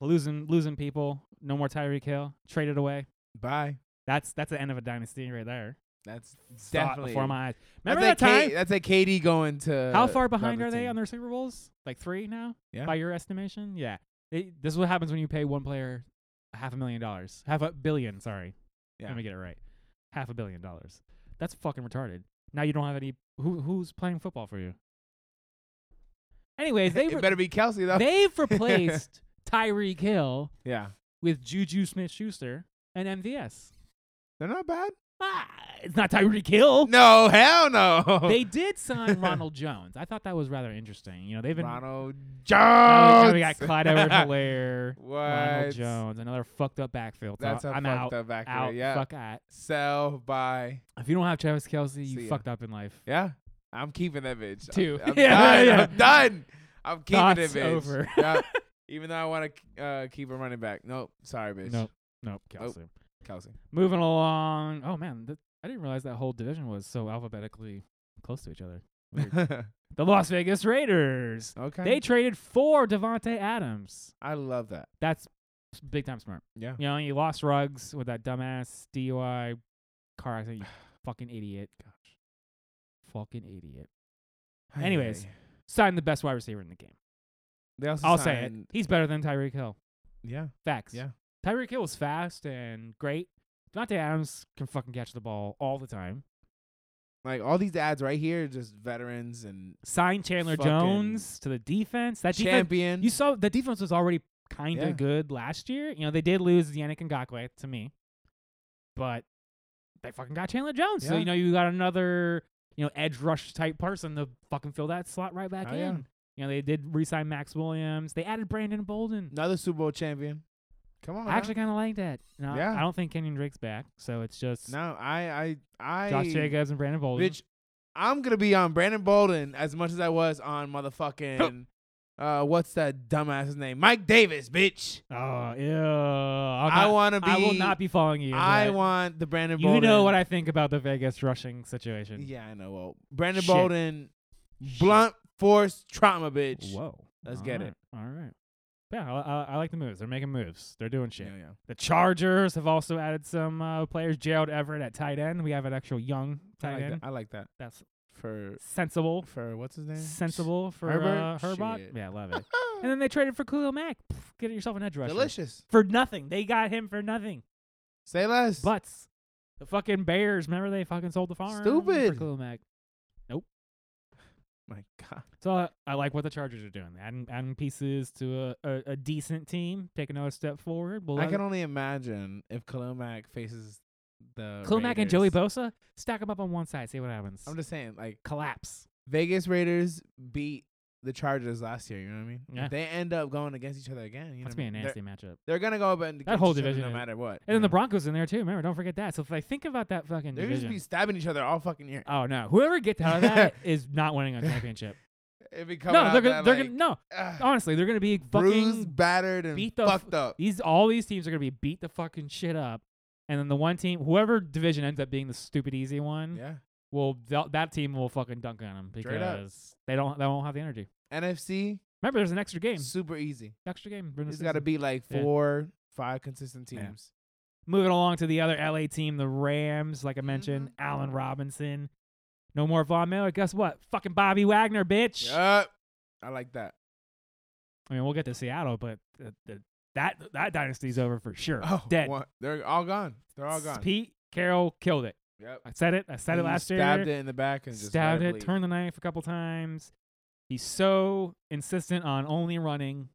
Speaker 1: losing losing people. No more Tyreek Hill traded away.
Speaker 2: Bye.
Speaker 1: That's that's the end of a dynasty right there.
Speaker 2: That's
Speaker 1: Saw it
Speaker 2: definitely
Speaker 1: before my eyes. Remember
Speaker 2: that's
Speaker 1: that
Speaker 2: a
Speaker 1: time?
Speaker 2: K- that's a KD going to.
Speaker 1: How far behind are they on
Speaker 2: the?
Speaker 1: their Super Bowls? Like three now,
Speaker 2: Yeah.
Speaker 1: by your estimation. Yeah, It- this is what happens when you pay one player a half a million dollars, half a billion. Sorry,
Speaker 2: Yeah.
Speaker 1: let me get it right. Half a billion dollars. That's fucking retarded. Now you don't have any. Who who's playing football for you? Anyways, they
Speaker 2: it
Speaker 1: re-
Speaker 2: better be Kelsey though.
Speaker 1: they've replaced Tyreek Hill
Speaker 2: yeah,
Speaker 1: with Juju Smith-Schuster and MVS.
Speaker 2: they're not bad.
Speaker 1: Ah, it's not Tyreek Hill.
Speaker 2: No, hell no.
Speaker 1: They did sign Ronald Jones. I thought that was rather interesting. You know, they've been
Speaker 2: Ronald
Speaker 1: Now
Speaker 2: Jones.
Speaker 1: we- now we got Clyde Edward Hilaire,
Speaker 2: Oh, what?
Speaker 1: Ronald Jones, another fucked up backfield. So
Speaker 2: That's a
Speaker 1: I'm
Speaker 2: fucked
Speaker 1: out.
Speaker 2: up back
Speaker 1: out.
Speaker 2: there. Yeah.
Speaker 1: Fuck out.
Speaker 2: Sell by.
Speaker 1: If you don't have Travis Kelsey, you
Speaker 2: See ya.
Speaker 1: fucked up in life.
Speaker 2: Yeah, I'm keeping that bitch. I'm-
Speaker 1: Two.
Speaker 2: I'm,
Speaker 1: Yeah,
Speaker 2: done.
Speaker 1: yeah.
Speaker 2: I'm done. I'm keeping it,
Speaker 1: Thoughts
Speaker 2: bitch.
Speaker 1: over.
Speaker 2: yeah. Even though I want to uh, keep a running back. Nope. Sorry, bitch.
Speaker 1: Nope. Nope. Kelsey.
Speaker 2: Kelsey.
Speaker 1: Moving along. Oh man, th- I didn't realize that whole division was so alphabetically close to each other. Weird. the Las Vegas Raiders.
Speaker 2: okay.
Speaker 1: They traded for Devonte Adams.
Speaker 2: I love that.
Speaker 1: That's big time smart.
Speaker 2: Yeah.
Speaker 1: You know, you lost Ruggs with that dumbass DUI car accident. You fucking idiot. Gosh. Fucking idiot. Anyways. Signed the best wide receiver in the game.
Speaker 2: They also
Speaker 1: I'll say it.
Speaker 2: signed-
Speaker 1: He's better than Tyreek Hill.
Speaker 2: Yeah.
Speaker 1: Facts.
Speaker 2: Yeah.
Speaker 1: Tyreek Hill was fast and great. Devontae Adams can fucking catch the ball all the time.
Speaker 2: Like all these ads right here, just veterans and
Speaker 1: Sign Chandler
Speaker 2: Fucking
Speaker 1: Jones to the defense. That defense,
Speaker 2: champion.
Speaker 1: you saw the defense was already kind of
Speaker 2: Yeah.
Speaker 1: good last year. You know, they did lose Yannick Ngakwe to me, but they fucking got Chandler Jones. So,
Speaker 2: Yeah.
Speaker 1: you know, you got another, you know, edge rush type person to fucking fill that slot right back
Speaker 2: Oh,
Speaker 1: in.
Speaker 2: yeah.
Speaker 1: You know, they did re sign Max Williams. They added Brandon Bolden.
Speaker 2: Another Super Bowl champion. Come on.
Speaker 1: I actually kind of like that. No,
Speaker 2: Yeah.
Speaker 1: I don't think Kenyon Drake's back, so it's just
Speaker 2: now. no, I, I, I.
Speaker 1: Josh Jacobs and Brandon Bolden.
Speaker 2: Bitch, I'm gonna be on Brandon Bolden as much as I was on motherfucking. Uh, what's that dumbass's name? Mike Davis, bitch.
Speaker 1: Oh, ew. I'll
Speaker 2: I
Speaker 1: not-
Speaker 2: want to be.
Speaker 1: I will not be following you.
Speaker 2: I
Speaker 1: but
Speaker 2: want the Brandon.
Speaker 1: You
Speaker 2: Bolden.
Speaker 1: know what I think about the Vegas rushing situation.
Speaker 2: Yeah, I know. Well, Brandon
Speaker 1: Shit.
Speaker 2: Bolden,
Speaker 1: Shit.
Speaker 2: blunt force trauma, bitch.
Speaker 1: Whoa.
Speaker 2: Let's
Speaker 1: All
Speaker 2: get
Speaker 1: right.
Speaker 2: it.
Speaker 1: All right. Yeah, I, I, I like the moves. They're making moves. They're doing shit.
Speaker 2: Yeah, yeah.
Speaker 1: The Chargers have also added some uh, players. Gerald Everett at tight end. We have an actual young
Speaker 2: I
Speaker 1: tight
Speaker 2: like,
Speaker 1: end.
Speaker 2: that. I like that
Speaker 1: That's
Speaker 2: for
Speaker 1: sensible.
Speaker 2: for what's his name?
Speaker 1: Sensible for
Speaker 2: Herbert?
Speaker 1: uh, Herbot.
Speaker 2: Shit.
Speaker 1: Yeah, I love it. and then they traded for Khalil Mack. Pff, get yourself an edge rusher.
Speaker 2: Delicious.
Speaker 1: For nothing. They got him for nothing.
Speaker 2: Say less.
Speaker 1: But the fucking Bears, remember they fucking sold the farm for
Speaker 2: Stupid.
Speaker 1: Khalil Mack.
Speaker 2: my God.
Speaker 1: So I, I like what the Chargers are doing. Adding, adding pieces to a, a, a decent team. Take another step forward. We'll uh,
Speaker 2: I
Speaker 1: let-
Speaker 2: can only imagine if Khalil Mack faces the
Speaker 1: Khalil Mack and Joey
Speaker 2: Raiders.
Speaker 1: Bosa, stack them up on one side. See what happens.
Speaker 2: I'm just saying, like
Speaker 1: Collapse.
Speaker 2: Vegas Raiders beat the Chargers last year. You know what I mean? If
Speaker 1: Yeah.
Speaker 2: They end up going against each other again. You
Speaker 1: That's be
Speaker 2: know what
Speaker 1: a
Speaker 2: I mean? They're-
Speaker 1: nasty matchup.
Speaker 2: They're, gonna go up and against
Speaker 1: whole
Speaker 2: each other
Speaker 1: division
Speaker 2: no
Speaker 1: is-
Speaker 2: matter what.
Speaker 1: And then the
Speaker 2: Broncos.
Speaker 1: Broncos in there too. Remember, don't forget that. So if I think about that fucking
Speaker 2: they're gonna
Speaker 1: division.
Speaker 2: just be stabbing each other all fucking year.
Speaker 1: Oh no! Whoever gets out of that is not winning a championship.
Speaker 2: It'd be coming
Speaker 1: No, they're
Speaker 2: out
Speaker 1: gonna,
Speaker 2: that,
Speaker 1: they're gonna
Speaker 2: like,
Speaker 1: no.
Speaker 2: ah,
Speaker 1: Honestly, they're gonna be fucking
Speaker 2: bruised, battered, and
Speaker 1: beat the f-
Speaker 2: fucked up.
Speaker 1: these all these teams are gonna be beat the fucking shit up. And then the one team, whoever division ends up being the stupid easy one,
Speaker 2: Yeah.
Speaker 1: will th- that team will fucking dunk on them
Speaker 2: Straight up.
Speaker 1: because they don't they won't have the energy.
Speaker 2: NFC
Speaker 1: Remember, there's an extra game,
Speaker 2: super easy.
Speaker 1: extra game. during the
Speaker 2: It's got to
Speaker 1: season.
Speaker 2: be like
Speaker 1: Yeah.
Speaker 2: four, five consistent
Speaker 1: Yeah.
Speaker 2: teams.
Speaker 1: Moving along to the other LA team, the Rams. Like I mentioned,
Speaker 2: Mhm.
Speaker 1: Allen Robinson. No more Von Miller. Guess what? Fucking Bobby Wagner, bitch.
Speaker 2: Yup. I like that.
Speaker 1: I mean, we'll get to Seattle, but uh, th- that that dynasty's over for sure.
Speaker 2: Oh,
Speaker 1: Dead.
Speaker 2: one- they're all gone. They're all gone.
Speaker 1: Pete Carroll killed it.
Speaker 2: Yep.
Speaker 1: I said it. I said
Speaker 2: He
Speaker 1: it last year.
Speaker 2: Stabbed it in the back and just
Speaker 1: stabbed
Speaker 2: let
Speaker 1: it,
Speaker 2: bleed.
Speaker 1: turned the knife a couple times. He's so insistent on only running.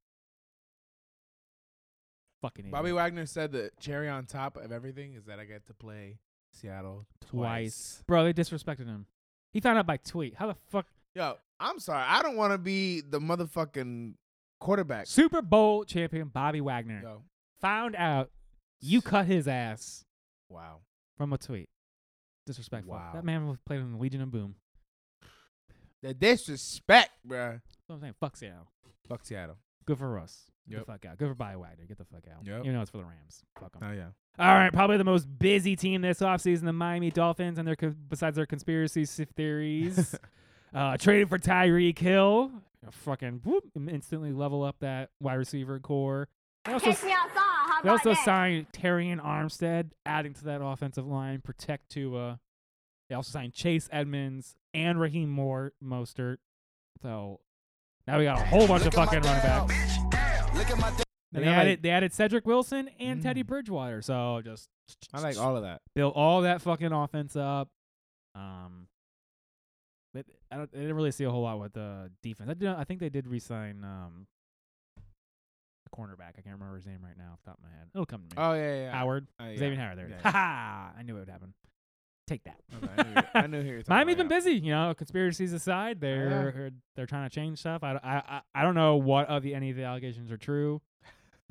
Speaker 1: Fucking idiot.
Speaker 2: Bobby Wagner said the cherry on top of everything is that I get to play Seattle
Speaker 1: Twice.
Speaker 2: twice.
Speaker 1: bro, they disrespected him. He found out by tweet. How the fuck?
Speaker 2: Yo, I'm sorry. I don't want to be the motherfucking quarterback.
Speaker 1: Super Bowl champion Bobby Wagner
Speaker 2: Yo,
Speaker 1: found out you cut his ass
Speaker 2: wow.
Speaker 1: from a tweet. Disrespectful.
Speaker 2: Wow.
Speaker 1: That man was playing in the Legion of Boom.
Speaker 2: The disrespect, bruh.
Speaker 1: That's what I'm saying. Fuck Seattle.
Speaker 2: Fuck Seattle.
Speaker 1: Good for us. Get
Speaker 2: Yep.
Speaker 1: the fuck out. Good for Bobby Wagner. Get the fuck out.
Speaker 2: Yep.
Speaker 1: You know it's for the Rams. Fuck 'em.
Speaker 2: Oh yeah.
Speaker 1: All right, probably the most busy team this offseason, the Miami Dolphins, and their co- besides their conspiracy s- theories, uh, traded for Tyreek Hill, Uh, fucking whoop, instantly level up that wide receiver core. They also,
Speaker 4: Kiss me outside. How
Speaker 1: they
Speaker 4: about
Speaker 1: also
Speaker 4: that?
Speaker 1: signed Terrian Armstead, adding to that offensive line. Protect Tua. They also signed Chase Edmonds and Raheem Moore Mostert. So now we got a whole bunch of fucking running backs. And they
Speaker 2: I
Speaker 1: added
Speaker 2: like,
Speaker 1: they added Cedric Wilson and Teddy
Speaker 2: Mm.
Speaker 1: Bridgewater. So just
Speaker 2: I like all of that.
Speaker 1: built all that fucking offense up. Um, but I don't. I didn't really see a whole lot with the defense. I did. I think they did resign um, the cornerback. I can't remember his name right now off the top of my head. It'll come to me.
Speaker 2: Oh yeah, yeah. yeah.
Speaker 1: Howard,
Speaker 2: Oh, yeah.
Speaker 1: Xavier Howard. There it
Speaker 2: Yeah,
Speaker 1: is.
Speaker 2: yeah.
Speaker 1: Ha ha! I knew it would happen. Take that.
Speaker 2: Okay, I knew you- I knew who you were talking
Speaker 1: Miami's
Speaker 2: about,
Speaker 1: been busy, you know. Conspiracies
Speaker 2: Oh,
Speaker 1: aside, they're they're trying to change stuff. I, I I- I don't know what of the any of the allegations are true.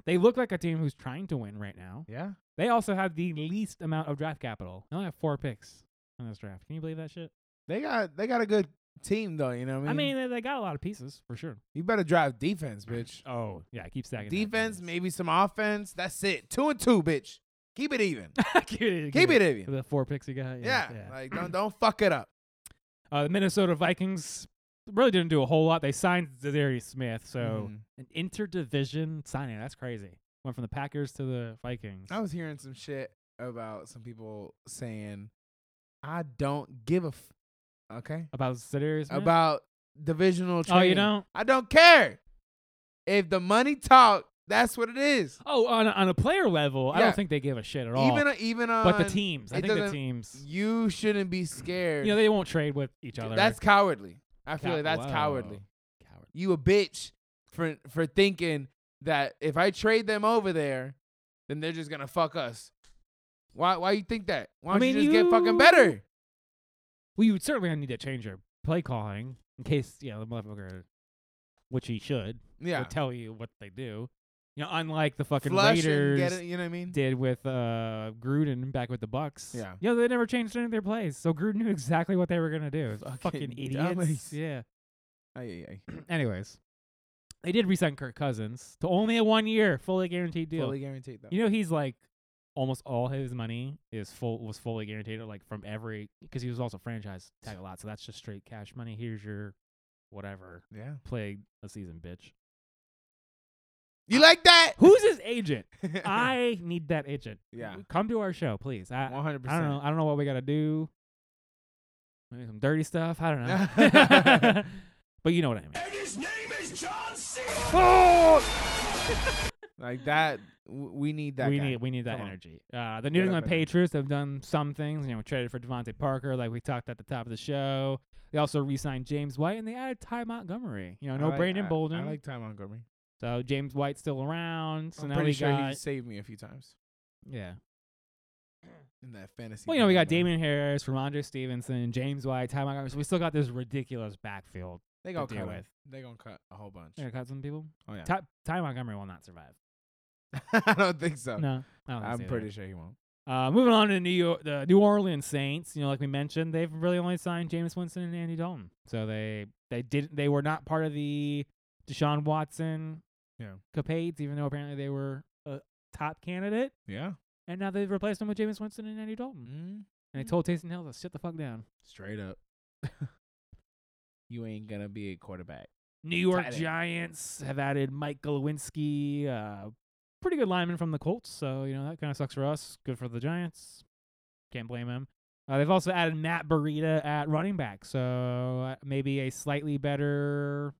Speaker 1: They look like a team who's trying to win right now.
Speaker 2: yeah. Yeah.
Speaker 1: They also have the least amount of draft capital. They only have four picks in this draft. Can you believe that shit?
Speaker 2: They got they got a good team though. You know what
Speaker 1: I mean, they, they got a lot of pieces for sure.
Speaker 2: you better drive defense, bitch.
Speaker 1: Oh yeah, keep stacking. that
Speaker 2: defense, maybe some offense. That's it. Two and two, bitch. Keep it even.
Speaker 1: keep it,
Speaker 2: Keep it even.
Speaker 1: With The four picks you got.
Speaker 2: Yeah.
Speaker 1: Yeah.
Speaker 2: Like don't don't fuck it up.
Speaker 1: Uh, the Minnesota Vikings really didn't do a whole lot. They signed Zadarius Smith, so
Speaker 2: Mhm.
Speaker 1: an interdivision signing. That's crazy. Went from the Packers to the Vikings.
Speaker 2: I was hearing some shit about some people saying, "I don't give a f- okay
Speaker 1: about Zadarius Smith.
Speaker 2: about divisional
Speaker 1: oh,
Speaker 2: trading.
Speaker 1: you don't.
Speaker 2: I don't care if the money talk. That's what it is.
Speaker 1: Oh, on a, on a player level, I
Speaker 2: Yeah.
Speaker 1: don't think they give a shit at all.
Speaker 2: Even even on
Speaker 1: but the teams, I
Speaker 2: it
Speaker 1: think the
Speaker 2: doesn't-
Speaker 1: teams.
Speaker 2: you shouldn't be scared.
Speaker 1: You know, they won't trade with each other.
Speaker 2: that's cowardly. I feel
Speaker 1: Cow-
Speaker 2: like that's
Speaker 1: Whoa.
Speaker 2: cowardly.
Speaker 1: Coward.
Speaker 2: you a bitch for for thinking that if I trade them over there, then they're just gonna fuck us. Why why you think that? Why
Speaker 1: I
Speaker 2: don't
Speaker 1: mean,
Speaker 2: you just get fucking
Speaker 1: you-
Speaker 2: better?
Speaker 1: Well, you would certainly need to change your play calling in case you know the motherfucker, which he should,
Speaker 2: Yeah,
Speaker 1: would tell you what they do. You know, unlike the fucking
Speaker 2: flush and
Speaker 1: Raiders
Speaker 2: get it. You know what I mean?
Speaker 1: did with uh Gruden back with the Bucks.
Speaker 2: Yeah.
Speaker 1: you know they never changed any of their plays, so Gruden knew exactly what they were gonna do. Fucking,
Speaker 2: Fucking
Speaker 1: idiots.
Speaker 2: dummies.
Speaker 1: Yeah.
Speaker 2: Ay, ay, ay.
Speaker 1: Anyways, they did resign Kirk Cousins to only a one year fully guaranteed deal.
Speaker 2: Fully guaranteed though.
Speaker 1: You know, he's like almost all his money is full was fully guaranteed, like from every because he was also franchise tag a lot, so that's just straight cash money. Here's your whatever
Speaker 2: yeah.
Speaker 1: play a season, bitch.
Speaker 2: You like that?
Speaker 1: Who's his agent? I need that agent.
Speaker 2: Yeah.
Speaker 1: come to our show, please. I,
Speaker 2: One hundred
Speaker 1: I
Speaker 2: percent.
Speaker 1: don't know. I don't know what we gotta do. Maybe some dirty stuff. I don't know. but you know what I mean.
Speaker 3: And his name is John C.
Speaker 1: Oh!
Speaker 2: Like that. w- We need that.
Speaker 1: we
Speaker 2: guy.
Speaker 1: need we need that
Speaker 2: Come on.
Speaker 1: energy. Uh, the New
Speaker 2: Get
Speaker 1: England
Speaker 2: up and-
Speaker 1: Patriots have done some things. You know, we traded for Devontae Parker, like we talked at the top of the show. They also re-signed James White, and they added Ty Montgomery. You know,
Speaker 2: I
Speaker 1: no
Speaker 2: like-
Speaker 1: Brandon
Speaker 2: I-
Speaker 1: Bolden.
Speaker 2: I like Ty Montgomery.
Speaker 1: so James White's still around. So
Speaker 2: I'm
Speaker 1: now we
Speaker 2: pretty sure
Speaker 1: got
Speaker 2: he saved me a few times
Speaker 1: yeah.
Speaker 2: in that fantasy.
Speaker 1: Well, you know, we
Speaker 2: league,
Speaker 1: got Damian Harris, Ramondre Stevenson, James White, Ty Montgomery. So we still got this ridiculous backfield.
Speaker 2: They
Speaker 1: to
Speaker 2: gonna
Speaker 1: deal
Speaker 2: cut. him.
Speaker 1: with.
Speaker 2: They gonna cut a whole bunch.
Speaker 1: They're gonna cut some people.
Speaker 2: Oh yeah.
Speaker 1: Ty, Ty Montgomery will not survive.
Speaker 2: I don't think so.
Speaker 1: No, I don't think
Speaker 2: Oh. I'm
Speaker 1: so either.
Speaker 2: pretty sure he won't.
Speaker 1: Uh, moving on to the New York, the New Orleans Saints. You know, like we mentioned, they've really only signed Jameis Winston and Andy Dalton, so they They didn't. They were not part of the Deshaun Watson
Speaker 4: Yeah.
Speaker 1: capades, even though apparently they were a top candidate.
Speaker 4: Yeah.
Speaker 1: And now they've replaced him with Jameis Winston and Andy Dalton.
Speaker 2: Mm,
Speaker 1: And they told Taysom Hill to sit the fuck down.
Speaker 4: Straight up.
Speaker 2: you ain't gonna be a quarterback.
Speaker 1: New York
Speaker 2: Tight end.
Speaker 1: Giants have added Mike Goliwinski, uh, pretty good lineman from the Colts. So you know that kind of sucks for us. Good for the Giants. Can't blame him. Uh, they've also added Matt Burita at running back. So uh, maybe a slightly better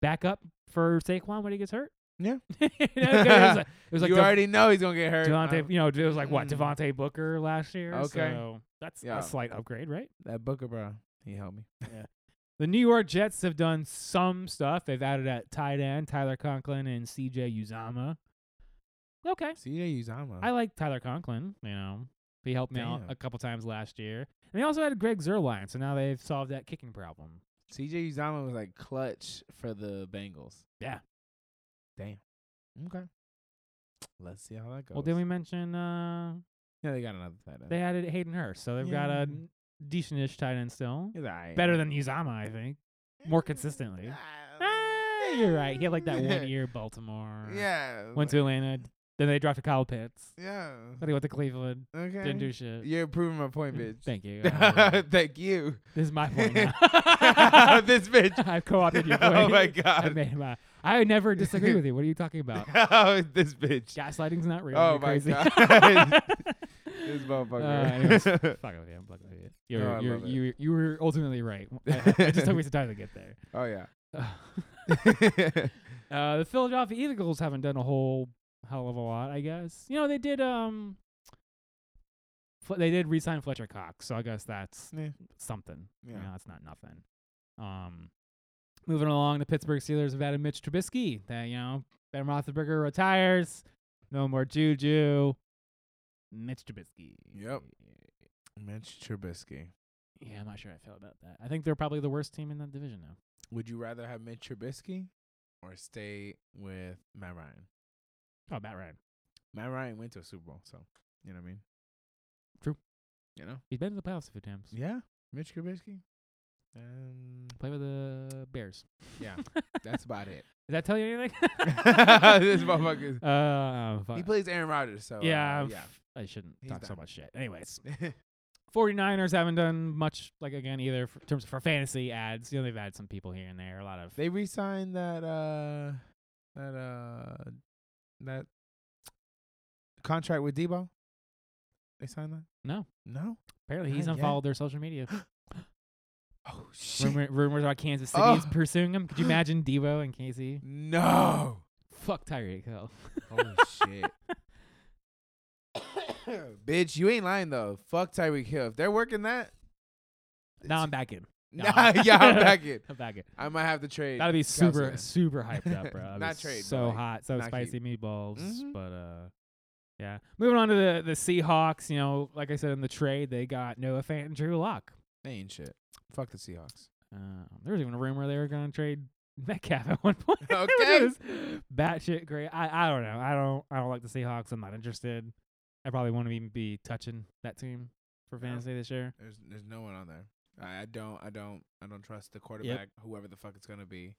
Speaker 1: backup for Saquon when he gets hurt.
Speaker 2: Yeah.
Speaker 1: You know, 'cause it was like, it was like
Speaker 2: you
Speaker 1: Dev-
Speaker 2: already know he's gonna get hurt.
Speaker 1: Devontae.
Speaker 2: Um,
Speaker 1: you know, it was like what
Speaker 2: Mm.
Speaker 1: Devontae Booker last year.
Speaker 2: Okay.
Speaker 1: so that's
Speaker 2: Yeah.
Speaker 1: a slight upgrade, right?
Speaker 2: that Booker, bro, he helped me.
Speaker 1: The New York Jets have done some stuff. They've added at tight end Tyler Conklin and CJ Uzama. Okay.
Speaker 2: CJ Uzama.
Speaker 1: I like Tyler Conklin, you know. He helped me out
Speaker 2: Damn.
Speaker 1: a couple times last year. And they also had Greg Zerline, so now they've solved that kicking problem.
Speaker 2: CJ Uzama was like clutch for the Bengals.
Speaker 1: Yeah.
Speaker 2: Damn. Okay. Let's see how that goes.
Speaker 1: Well, did we mention uh
Speaker 2: Yeah, they got another tight end.
Speaker 1: they added Hayden Hurst, so they've got
Speaker 2: Yeah.
Speaker 1: a decentish tight end still.
Speaker 2: He's all right.
Speaker 1: Better than Uzama, I think. more consistently.
Speaker 2: Ah,
Speaker 1: Ah, you're right. He had like that one year Baltimore.
Speaker 2: Yeah.
Speaker 1: Went to Atlanta. Then they drafted Kyle Pitts.
Speaker 2: Yeah.
Speaker 1: Then he went to Cleveland.
Speaker 2: Okay.
Speaker 1: Didn't do shit.
Speaker 2: You're proving my point, bitch.
Speaker 1: Mm, Thank you.
Speaker 2: Thank you.
Speaker 1: this is my point now.
Speaker 2: this bitch.
Speaker 1: I've co-opted your point.
Speaker 2: oh my
Speaker 1: I,
Speaker 2: god.
Speaker 1: made my, I never disagree with you. What are you talking about?
Speaker 2: Oh, this bitch.
Speaker 1: Gaslighting's not real.
Speaker 2: Oh
Speaker 1: You're
Speaker 2: my
Speaker 1: crazy.
Speaker 2: God. This
Speaker 1: Uh, anyways,
Speaker 2: motherfucker.
Speaker 1: fuck with you. I'm fucking with you. You're,
Speaker 2: No, I
Speaker 1: you're,
Speaker 2: love it.
Speaker 1: you you were ultimately right. I, I just took me some time to get there.
Speaker 2: oh yeah.
Speaker 1: Uh, the Philadelphia Eagles haven't done a whole hell of a lot, I guess. You know, they did um, Fle- they did resign Fletcher Cox, so I guess that's
Speaker 2: Yeah.
Speaker 1: something. Yeah.
Speaker 2: Yeah.
Speaker 1: You know, it's not nothing. Um, moving along, the Pittsburgh Steelers have added Mitch Trubisky. That you know, Ben Roethlisberger retires. No more Juju. Mitch Trubisky.
Speaker 2: Yep. Mitch Trubisky.
Speaker 1: Yeah, I'm not sure I feel about that. I think they're probably the worst team in that division now.
Speaker 2: Would you rather have Mitch Trubisky or stay with Matt Ryan?
Speaker 1: Oh, Matt Ryan.
Speaker 2: Matt Ryan went to a Super Bowl, so you know what I mean.
Speaker 1: True.
Speaker 2: You know.
Speaker 1: He's been to the playoffs a few times.
Speaker 2: Yeah, Mitch Trubisky. Um,
Speaker 1: Play with the Bears.
Speaker 2: Yeah. that's about it.
Speaker 1: Did that tell you anything?
Speaker 2: This motherfucker.
Speaker 1: Uh,
Speaker 2: He
Speaker 1: fuck.
Speaker 2: plays Aaron Rodgers, so uh,
Speaker 1: yeah,
Speaker 2: yeah.
Speaker 1: f- I shouldn't
Speaker 2: He's
Speaker 1: talk so
Speaker 2: done.
Speaker 1: much shit. Anyways, 49ers haven't done much, like, again, either f- in terms of for fantasy ads. You know, they've had some people here and there, a lot of.
Speaker 2: they re-signed that uh that uh that contract with Debo. They signed that.
Speaker 1: No.
Speaker 2: No.
Speaker 1: apparently, he's
Speaker 2: Not yet.
Speaker 1: unfollowed their social media.
Speaker 2: Oh shit.
Speaker 1: Rumor, rumors about Kansas City is
Speaker 2: Oh.
Speaker 1: pursuing him. Could you imagine Devo and Casey?
Speaker 2: No.
Speaker 1: Fuck Tyreek Hill.
Speaker 2: Holy shit. Bitch, you ain't lying though. Fuck Tyreek Hill. If they're working that,
Speaker 1: now I'm back in. no.
Speaker 2: nah, yeah, I'm back in.
Speaker 1: I'm back in.
Speaker 2: I might have to trade.
Speaker 1: That'd be super,
Speaker 2: Kelsey.
Speaker 1: super hyped up, bro. That'd be
Speaker 2: Not trade, but,
Speaker 1: So
Speaker 2: like,
Speaker 1: hot, so
Speaker 2: not heat.
Speaker 1: spicy meatballs.
Speaker 2: Mhm.
Speaker 1: But uh, yeah. Moving on to the the Seahawks. You know, like I said in the trade, they got Noah Fant and Drew Lock.
Speaker 2: They ain't shit. Fuck the Seahawks.
Speaker 1: Um, there was even a rumor they were going to trade Metcalf at one point. which
Speaker 2: Okay.
Speaker 1: is batshit great. I I don't know. I don't I don't like the Seahawks. I'm not interested. I probably won't even be touching that team for
Speaker 2: Yeah.
Speaker 1: fantasy this year.
Speaker 2: There's there's no one on there. I, I don't I don't I don't trust the quarterback, whoever the fuck it's gonna be,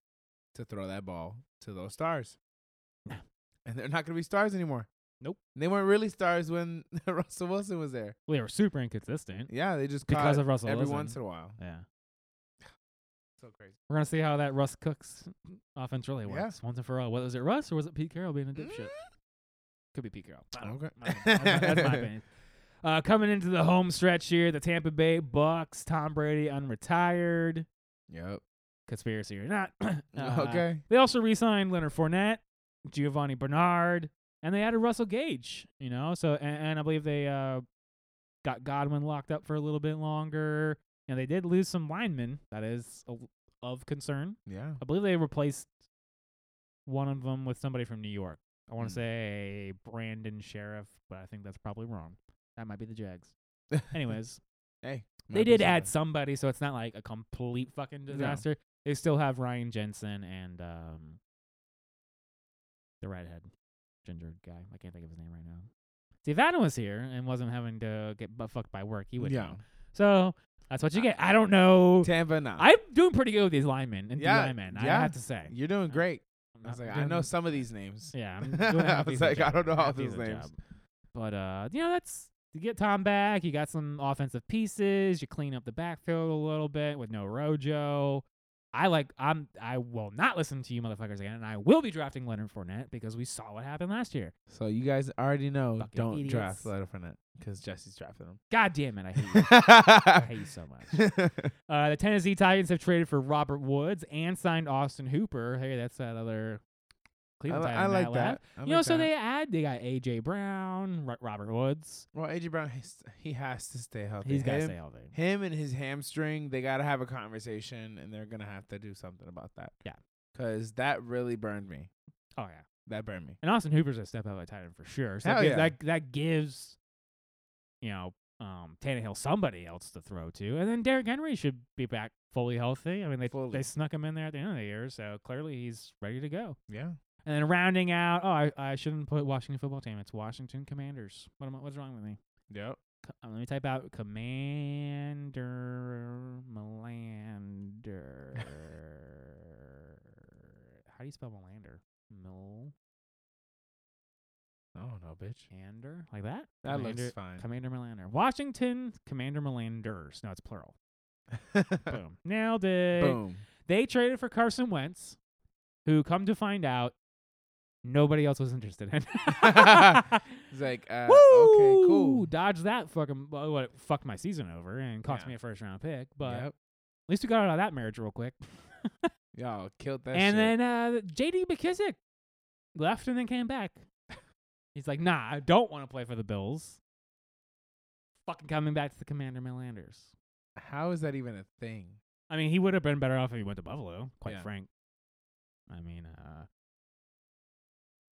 Speaker 2: to throw that ball to those stars.
Speaker 1: No.
Speaker 2: And they're not gonna be stars anymore.
Speaker 1: Nope.
Speaker 2: They weren't really stars when Russell Wilson was there.
Speaker 1: Well, they were super inconsistent
Speaker 2: Yeah, they just
Speaker 1: because
Speaker 2: caught
Speaker 1: of Russell
Speaker 2: every
Speaker 1: Wilson.
Speaker 2: once in a while.
Speaker 1: yeah.
Speaker 2: So crazy.
Speaker 1: We're gonna see how that Russ Cooks offense really
Speaker 2: Yeah. Mm.
Speaker 1: works once and for all. Whether was it Russ or was it Pete Carroll being a dipshit? Could be Pete Carroll. I don't-
Speaker 2: Okay.
Speaker 1: I don't know. That's my- that's my opinion. Uh, coming into the home stretch here, the Tampa Bay Bucks, Tom Brady unretired,
Speaker 2: Yep.
Speaker 1: conspiracy or not. Uh,
Speaker 2: okay.
Speaker 1: They also re-signed Leonard Fournette, Giovanni Bernard, and they added Russell Gage. You know, so and, and I believe they uh, got Godwin locked up for a little bit longer. And they did lose some linemen. That is a, of concern.
Speaker 2: Yeah.
Speaker 1: I believe they replaced one of them with somebody from New York. I want
Speaker 2: Hmm.
Speaker 1: to say Brandon Sheriff, but I think that's probably wrong. That might be the Jags. Anyways,
Speaker 2: hey.
Speaker 1: they did add somebody, so it's not like a complete fucking
Speaker 2: No.
Speaker 1: disaster. They still have Ryan Jensen and um the redhead ginger guy. I can't think of his name right now. See, if Adam was here and wasn't having to get butt fucked by work, he would.
Speaker 2: Yeah.
Speaker 1: know. So That's what you get. I don't know.
Speaker 2: Tampa, nah.
Speaker 1: I'm doing pretty good with these linemen and
Speaker 2: Yeah,
Speaker 1: D linemen.
Speaker 2: yeah.
Speaker 1: I have to say.
Speaker 2: You're doing great.
Speaker 1: I'm
Speaker 2: I was
Speaker 1: not
Speaker 2: like, I
Speaker 1: doing-
Speaker 2: know some of these names.
Speaker 1: Yeah, I'm doing a half
Speaker 2: I was
Speaker 1: decent
Speaker 2: like, I
Speaker 1: job.
Speaker 2: don't know
Speaker 1: Half
Speaker 2: all those
Speaker 1: decent
Speaker 2: names.
Speaker 1: job. But uh, you know, that's you get Tom back. You got some offensive pieces. You clean up the backfield a little bit with no Rojo. I like. I'm. I will not listen to you motherfuckers again, and I will be drafting Leonard Fournette because we saw what happened last year.
Speaker 2: So you guys already know
Speaker 1: Fucking
Speaker 2: don't
Speaker 1: idiots.
Speaker 2: draft Leonard Fournette because Jesse's drafting him.
Speaker 1: God damn it! I hate you. I hate you so much. Uh, the Tennessee Titans have traded for Robert Woods and signed Austin Hooper. Hey, that's that other
Speaker 2: I,
Speaker 1: Cleveland
Speaker 2: li-
Speaker 1: Titan
Speaker 2: I
Speaker 1: that
Speaker 2: like
Speaker 1: left.
Speaker 2: that. I
Speaker 1: you know,
Speaker 2: like
Speaker 1: so
Speaker 2: that.
Speaker 1: they add they got AJ Brown, Ro- Robert Woods.
Speaker 2: Well, AJ Brown, he's, he has to stay healthy.
Speaker 1: He's got to
Speaker 2: him,
Speaker 1: stay healthy.
Speaker 2: him and his hamstring, they got to have a conversation, and they're gonna have to do something about that.
Speaker 1: Yeah.
Speaker 2: because that really burned me.
Speaker 1: Oh yeah,
Speaker 2: That burned me.
Speaker 1: and Austin Hooper's a step up at Titan for sure. So that
Speaker 2: Hell
Speaker 1: gives-
Speaker 2: yeah.
Speaker 1: that that gives you know um, Tannehill somebody else to throw to, and then Derrick Henry should be back fully healthy. I mean, they
Speaker 2: Fully.
Speaker 1: they snuck him in there at the end of the year, so clearly he's ready to go.
Speaker 2: Yeah,
Speaker 1: And then rounding out, oh, I, I shouldn't put Washington football team. It's Washington Commanders. What am I, what's wrong with me?
Speaker 2: yep.
Speaker 1: Co- uh, let me type out Commander Melander. How do you spell Melander? Mel
Speaker 2: I don't know, bitch.
Speaker 1: Ander? Like that?
Speaker 2: That
Speaker 1: Commander-
Speaker 2: looks fine.
Speaker 1: Commander Melander. Washington Commander Melanders. No, it's plural. Boom. Nailed it.
Speaker 2: Boom.
Speaker 1: They traded for Carson Wentz, who come to find out nobody else was interested in.
Speaker 2: It's like, uh,
Speaker 1: Woo!
Speaker 2: okay, cool.
Speaker 1: Dodge that fucking well, what fucked my season over and cost
Speaker 2: Yeah.
Speaker 1: me a first round pick, but at
Speaker 2: yep.
Speaker 1: least we got out of that marriage real quick.
Speaker 2: y'all killed that.
Speaker 1: and
Speaker 2: shit.
Speaker 1: then uh, J.D. McKissick left and then came back. He's like, "Nah, I don't want to play for the Bills." Fucking coming back to the Commander Melanders.
Speaker 2: how is that even a thing?
Speaker 1: I mean, he would have been better off if he went to Buffalo. Quite
Speaker 2: Yeah.
Speaker 1: frank. I mean, uh,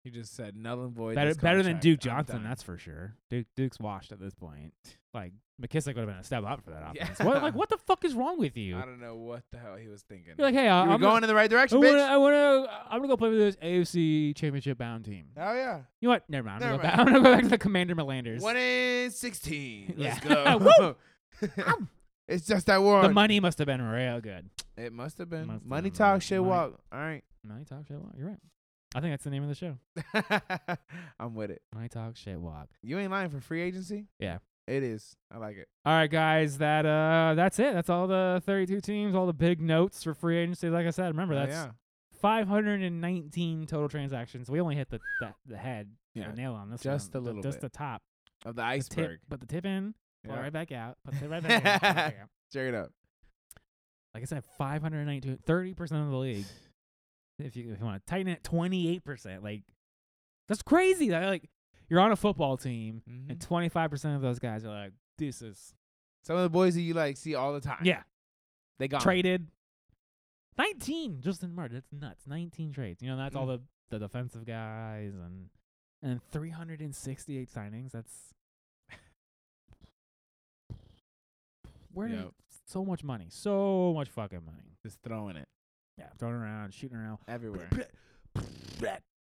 Speaker 2: You just said null and void.
Speaker 1: better
Speaker 2: this
Speaker 1: better than
Speaker 2: contract.
Speaker 1: Duke
Speaker 2: I'm
Speaker 1: Johnson,
Speaker 2: done.
Speaker 1: that's for sure. Duke Duke's washed at this point. Like McKissick would have been a step up for that
Speaker 2: Yeah.
Speaker 1: offense. What like what the fuck is wrong with you?
Speaker 2: I don't know what the hell he was thinking.
Speaker 1: You're like, hey, uh,
Speaker 2: you were
Speaker 1: I'm
Speaker 2: going
Speaker 1: gonna, uh,
Speaker 2: in the right direction,
Speaker 1: I
Speaker 2: bitch.
Speaker 1: wanna, I wanna, I'm gonna go play with this AFC Championship bound team.
Speaker 2: Oh yeah.
Speaker 1: You know what? Never mind. I'm,
Speaker 2: Never
Speaker 1: gonna, go back, I'm gonna go back to the Commander Melanders.
Speaker 2: One in sixteen. Let's
Speaker 1: Yeah.
Speaker 2: go. it's just that one.
Speaker 1: The money must have been real good.
Speaker 2: it must have been
Speaker 1: Must have
Speaker 2: money
Speaker 1: been
Speaker 2: talk,
Speaker 1: money.
Speaker 2: shit
Speaker 1: Money.
Speaker 2: walk. All right,
Speaker 1: Money talk shit walk. You're right. I think that's the name of the show.
Speaker 2: I'm with it.
Speaker 1: Money talk shit walk.
Speaker 2: You ain't lying for free agency.
Speaker 1: Yeah.
Speaker 2: it is. I like it.
Speaker 1: All right, guys, that uh, that's it. That's all the 32 teams, all the big notes for free agency. Like I said, remember
Speaker 2: Oh,
Speaker 1: that's
Speaker 2: yeah.
Speaker 1: 519 total transactions. We only hit the the, the head,
Speaker 2: Yeah,
Speaker 1: the nail on this
Speaker 2: just
Speaker 1: one.
Speaker 2: a
Speaker 1: The-
Speaker 2: little
Speaker 1: just
Speaker 2: bit.
Speaker 1: the top,
Speaker 2: of
Speaker 1: the
Speaker 2: the
Speaker 1: tip,
Speaker 2: iceberg.
Speaker 1: put the tip in, pull it
Speaker 2: Yeah.
Speaker 1: right back out, put it right back in, pull it back out.
Speaker 2: Check it up.
Speaker 1: like I said, 592, 30% of the league. If you, if you want to tighten it, 28%. Like, that's crazy. That, like, you're on a football team, and
Speaker 2: Mm-hmm.
Speaker 1: 25% of those guys are like, this is,
Speaker 2: Some of the boys that you like see all the time.
Speaker 1: yeah,
Speaker 2: they got
Speaker 1: traded. 19 just in March. That's nuts. 19 trades. You know, that's
Speaker 2: Mm.
Speaker 1: all the, the defensive guys and and 368 signings. That's where did
Speaker 2: Yep.
Speaker 1: so much money, so much fucking money.
Speaker 2: just throwing it
Speaker 1: Yeah, throwing around, shooting around.
Speaker 2: everywhere.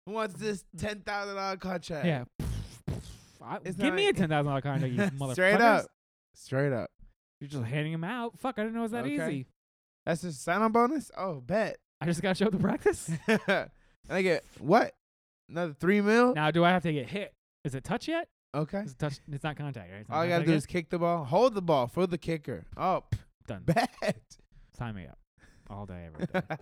Speaker 2: Who wants this ten thousand dollar contract?
Speaker 1: Mm. Yeah. I,
Speaker 2: It's
Speaker 1: give
Speaker 2: not
Speaker 1: me a
Speaker 2: like-
Speaker 1: ten thousand dollar contract, you motherfucker.
Speaker 2: Straight up. Straight up.
Speaker 1: You're just handing them out. Fuck, I didn't know it was that
Speaker 2: Okay.
Speaker 1: easy.
Speaker 2: That's just sign on bonus? Oh, bet.
Speaker 1: I just got to show up to practice.
Speaker 2: and I get what? Another three mil?
Speaker 1: now, do I have to get hit? Is it touch yet?
Speaker 2: Okay.
Speaker 1: Is it touch? It's not contact, right? It's not
Speaker 2: All I gotta
Speaker 1: contact
Speaker 2: do
Speaker 1: yet?
Speaker 2: is kick the ball, hold the ball for the kicker. Oh, p-
Speaker 1: done.
Speaker 2: bet.
Speaker 1: Sign me up all day, every day.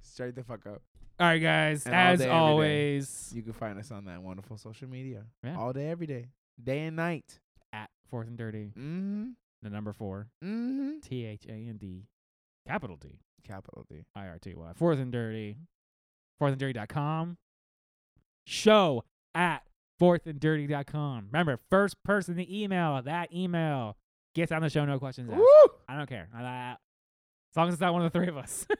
Speaker 2: Straight the fuck up.
Speaker 1: all right, guys.
Speaker 2: And all
Speaker 1: as
Speaker 2: day, every day.
Speaker 1: always,
Speaker 2: You can find us on that wonderful social media.
Speaker 1: Yeah.
Speaker 2: All day, every day. Day and night.
Speaker 1: at fourth and dirty,
Speaker 2: Mm
Speaker 1: the number four,
Speaker 2: hmm. Mm hmm.
Speaker 1: T H A N D, capital D
Speaker 2: Capital D.
Speaker 1: I R T Y. Fourth and dirty, fourth and dirty dot com. Show at fourth and dirty dot com. Remember, first person to email that email gets on the show. No questions asked.
Speaker 2: Woo!
Speaker 1: I don't care. I, I, as long as it's not one of the three of us.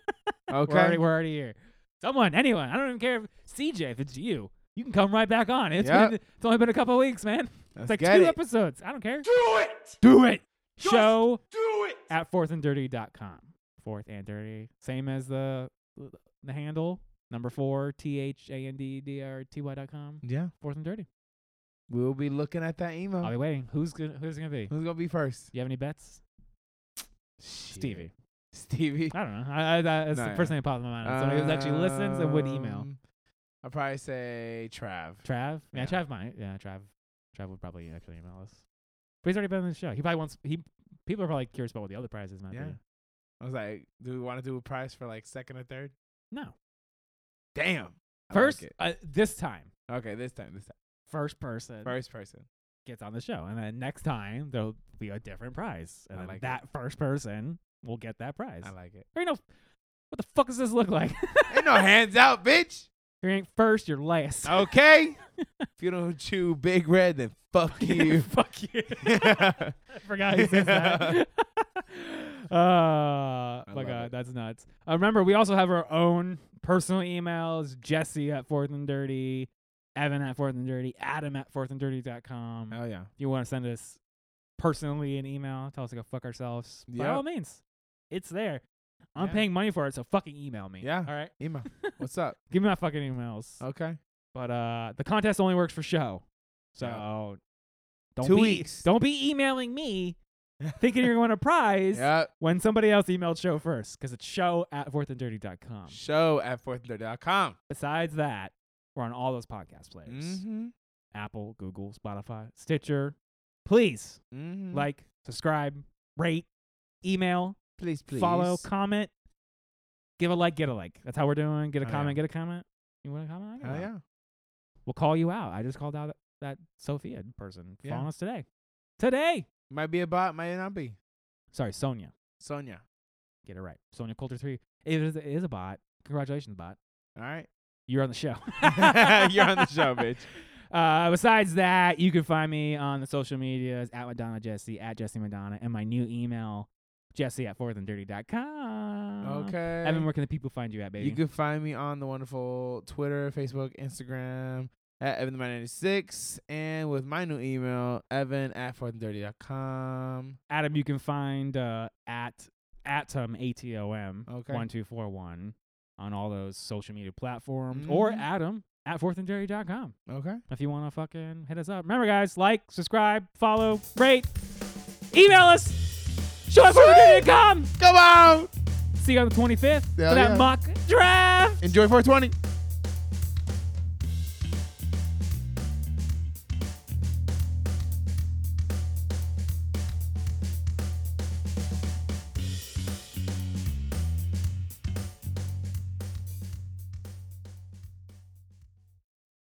Speaker 2: Okay.
Speaker 1: We're, already, we're already here. Someone, anyone. I don't even care if CJ, if it's you, you can come right back on. It's
Speaker 2: Yep.
Speaker 1: been, it's only been a couple of weeks, man.
Speaker 2: Let's
Speaker 1: It's like
Speaker 2: get
Speaker 1: two
Speaker 2: it.
Speaker 1: episodes. I don't care.
Speaker 3: Do it!
Speaker 1: Do it.
Speaker 3: Just
Speaker 1: Show
Speaker 3: Do it!
Speaker 1: at fourthanddirty.com. Fourth and dirty. Same as the the handle. Number four, T H A N D D E R T Y dot com.
Speaker 2: yeah.
Speaker 1: Fourth and dirty.
Speaker 2: We'll be looking at that email.
Speaker 1: I'll be waiting. Who's gonna who's it gonna be?
Speaker 2: Who's gonna be first?
Speaker 1: You have any bets? Stevie.
Speaker 2: Stevie.
Speaker 1: I don't know. I, I, that- that's
Speaker 2: No,
Speaker 1: the first
Speaker 2: yeah.
Speaker 1: thing that popped in my mind. Somebody who actually listens and would email.
Speaker 2: Um, I'd probably say Trav.
Speaker 1: Trav? Yeah,
Speaker 2: Yeah.
Speaker 1: Trav might. Yeah, Trav. Trav would probably actually email us. But he's already been on the show. He probably wants. He people are probably curious about what the other prizes might
Speaker 2: Yeah.
Speaker 1: be.
Speaker 2: I was like, do we want to do a prize for like second or third?
Speaker 1: No.
Speaker 2: Damn. I like
Speaker 1: First,
Speaker 2: it.
Speaker 1: uh, this time,
Speaker 2: Okay, this time, this time.
Speaker 1: first person
Speaker 2: First person.
Speaker 1: gets on the show, and then next time there'll be a different prize, and
Speaker 2: I
Speaker 1: then
Speaker 2: like it.
Speaker 1: that first person will get that prize.
Speaker 2: I like it.
Speaker 1: There ain't no. What the fuck does this look like?
Speaker 2: Ain't no hands out, bitch.
Speaker 1: you ain't first, you're last.
Speaker 2: Okay. if you don't chew big red, then fuck you.
Speaker 1: fuck you. I forgot he says that. uh, my
Speaker 2: love
Speaker 1: God,
Speaker 2: it.
Speaker 1: that's nuts. Uh, remember, we also have our own personal emails Jesse at Fourth and Dirty, Evan at Fourth and Dirty, Adam at Fourth and Dirty dot com.
Speaker 2: oh yeah.
Speaker 1: you want to send us personally an email, tell us to go fuck ourselves. By all
Speaker 2: Yep.
Speaker 1: means, it's there. I'm
Speaker 2: Yeah.
Speaker 1: paying money for it, so fucking email me.
Speaker 2: Yeah.
Speaker 1: All right.
Speaker 2: Email. What's up?
Speaker 1: Give me my fucking emails.
Speaker 2: Okay.
Speaker 1: But uh, the contest only works for show. So don't
Speaker 2: Two
Speaker 1: be,
Speaker 2: weeks.
Speaker 1: Don't be emailing me thinking you're going to win a prize
Speaker 2: Yep.
Speaker 1: when somebody else emailed show first because it's show at fourthanddirty.com.
Speaker 2: Show at fourthanddirty.com.
Speaker 1: Besides that, we're on all those podcast players
Speaker 2: Mm-hmm.
Speaker 1: Apple, Google, Spotify, Stitcher. Please
Speaker 2: Mm-hmm.
Speaker 1: like, subscribe, rate, email,
Speaker 2: please,
Speaker 1: follow, comment, give a like, get a like. That's how we're doing. Get a
Speaker 2: Oh, yeah.
Speaker 1: comment, get a comment. You want a comment? I got
Speaker 2: Oh
Speaker 1: one.
Speaker 2: yeah.
Speaker 1: We'll call you out. I just called out that Sophia person
Speaker 2: Yeah.
Speaker 1: following us today. Today.
Speaker 2: Might be a bot, might not be.
Speaker 1: Sorry, Sonia.
Speaker 2: Sonia.
Speaker 1: Get it right. Sonia Coulter three. It is, it is a bot. Congratulations, bot.
Speaker 2: All right.
Speaker 1: You're on the show.
Speaker 2: You're on the show, bitch.
Speaker 1: Uh, besides that, you can find me on the social medias at Madonna Jesse, at Jesse Madonna, and my new email, jesse at fourthanddirty.com.
Speaker 2: Okay.
Speaker 1: Uh, Evan, where can the people find you at, baby?
Speaker 2: You can find me on the wonderful Twitter, Facebook, Instagram at evan 96 and with my new email, evan at com.
Speaker 1: Adam, you can find uh, at Atom A T O M
Speaker 2: Okay.
Speaker 1: one two four one on all those social media platforms, or
Speaker 2: Mhm.
Speaker 1: Adam at fourthanddirty.com
Speaker 2: Okay.
Speaker 1: if you want to fucking hit us up. Remember, guys, like, subscribe, follow, rate, email us. Show us where come.
Speaker 2: Come on!
Speaker 1: See you on the 25th for
Speaker 2: Hell
Speaker 1: that
Speaker 2: yeah.
Speaker 1: mock draft.
Speaker 2: Enjoy 420.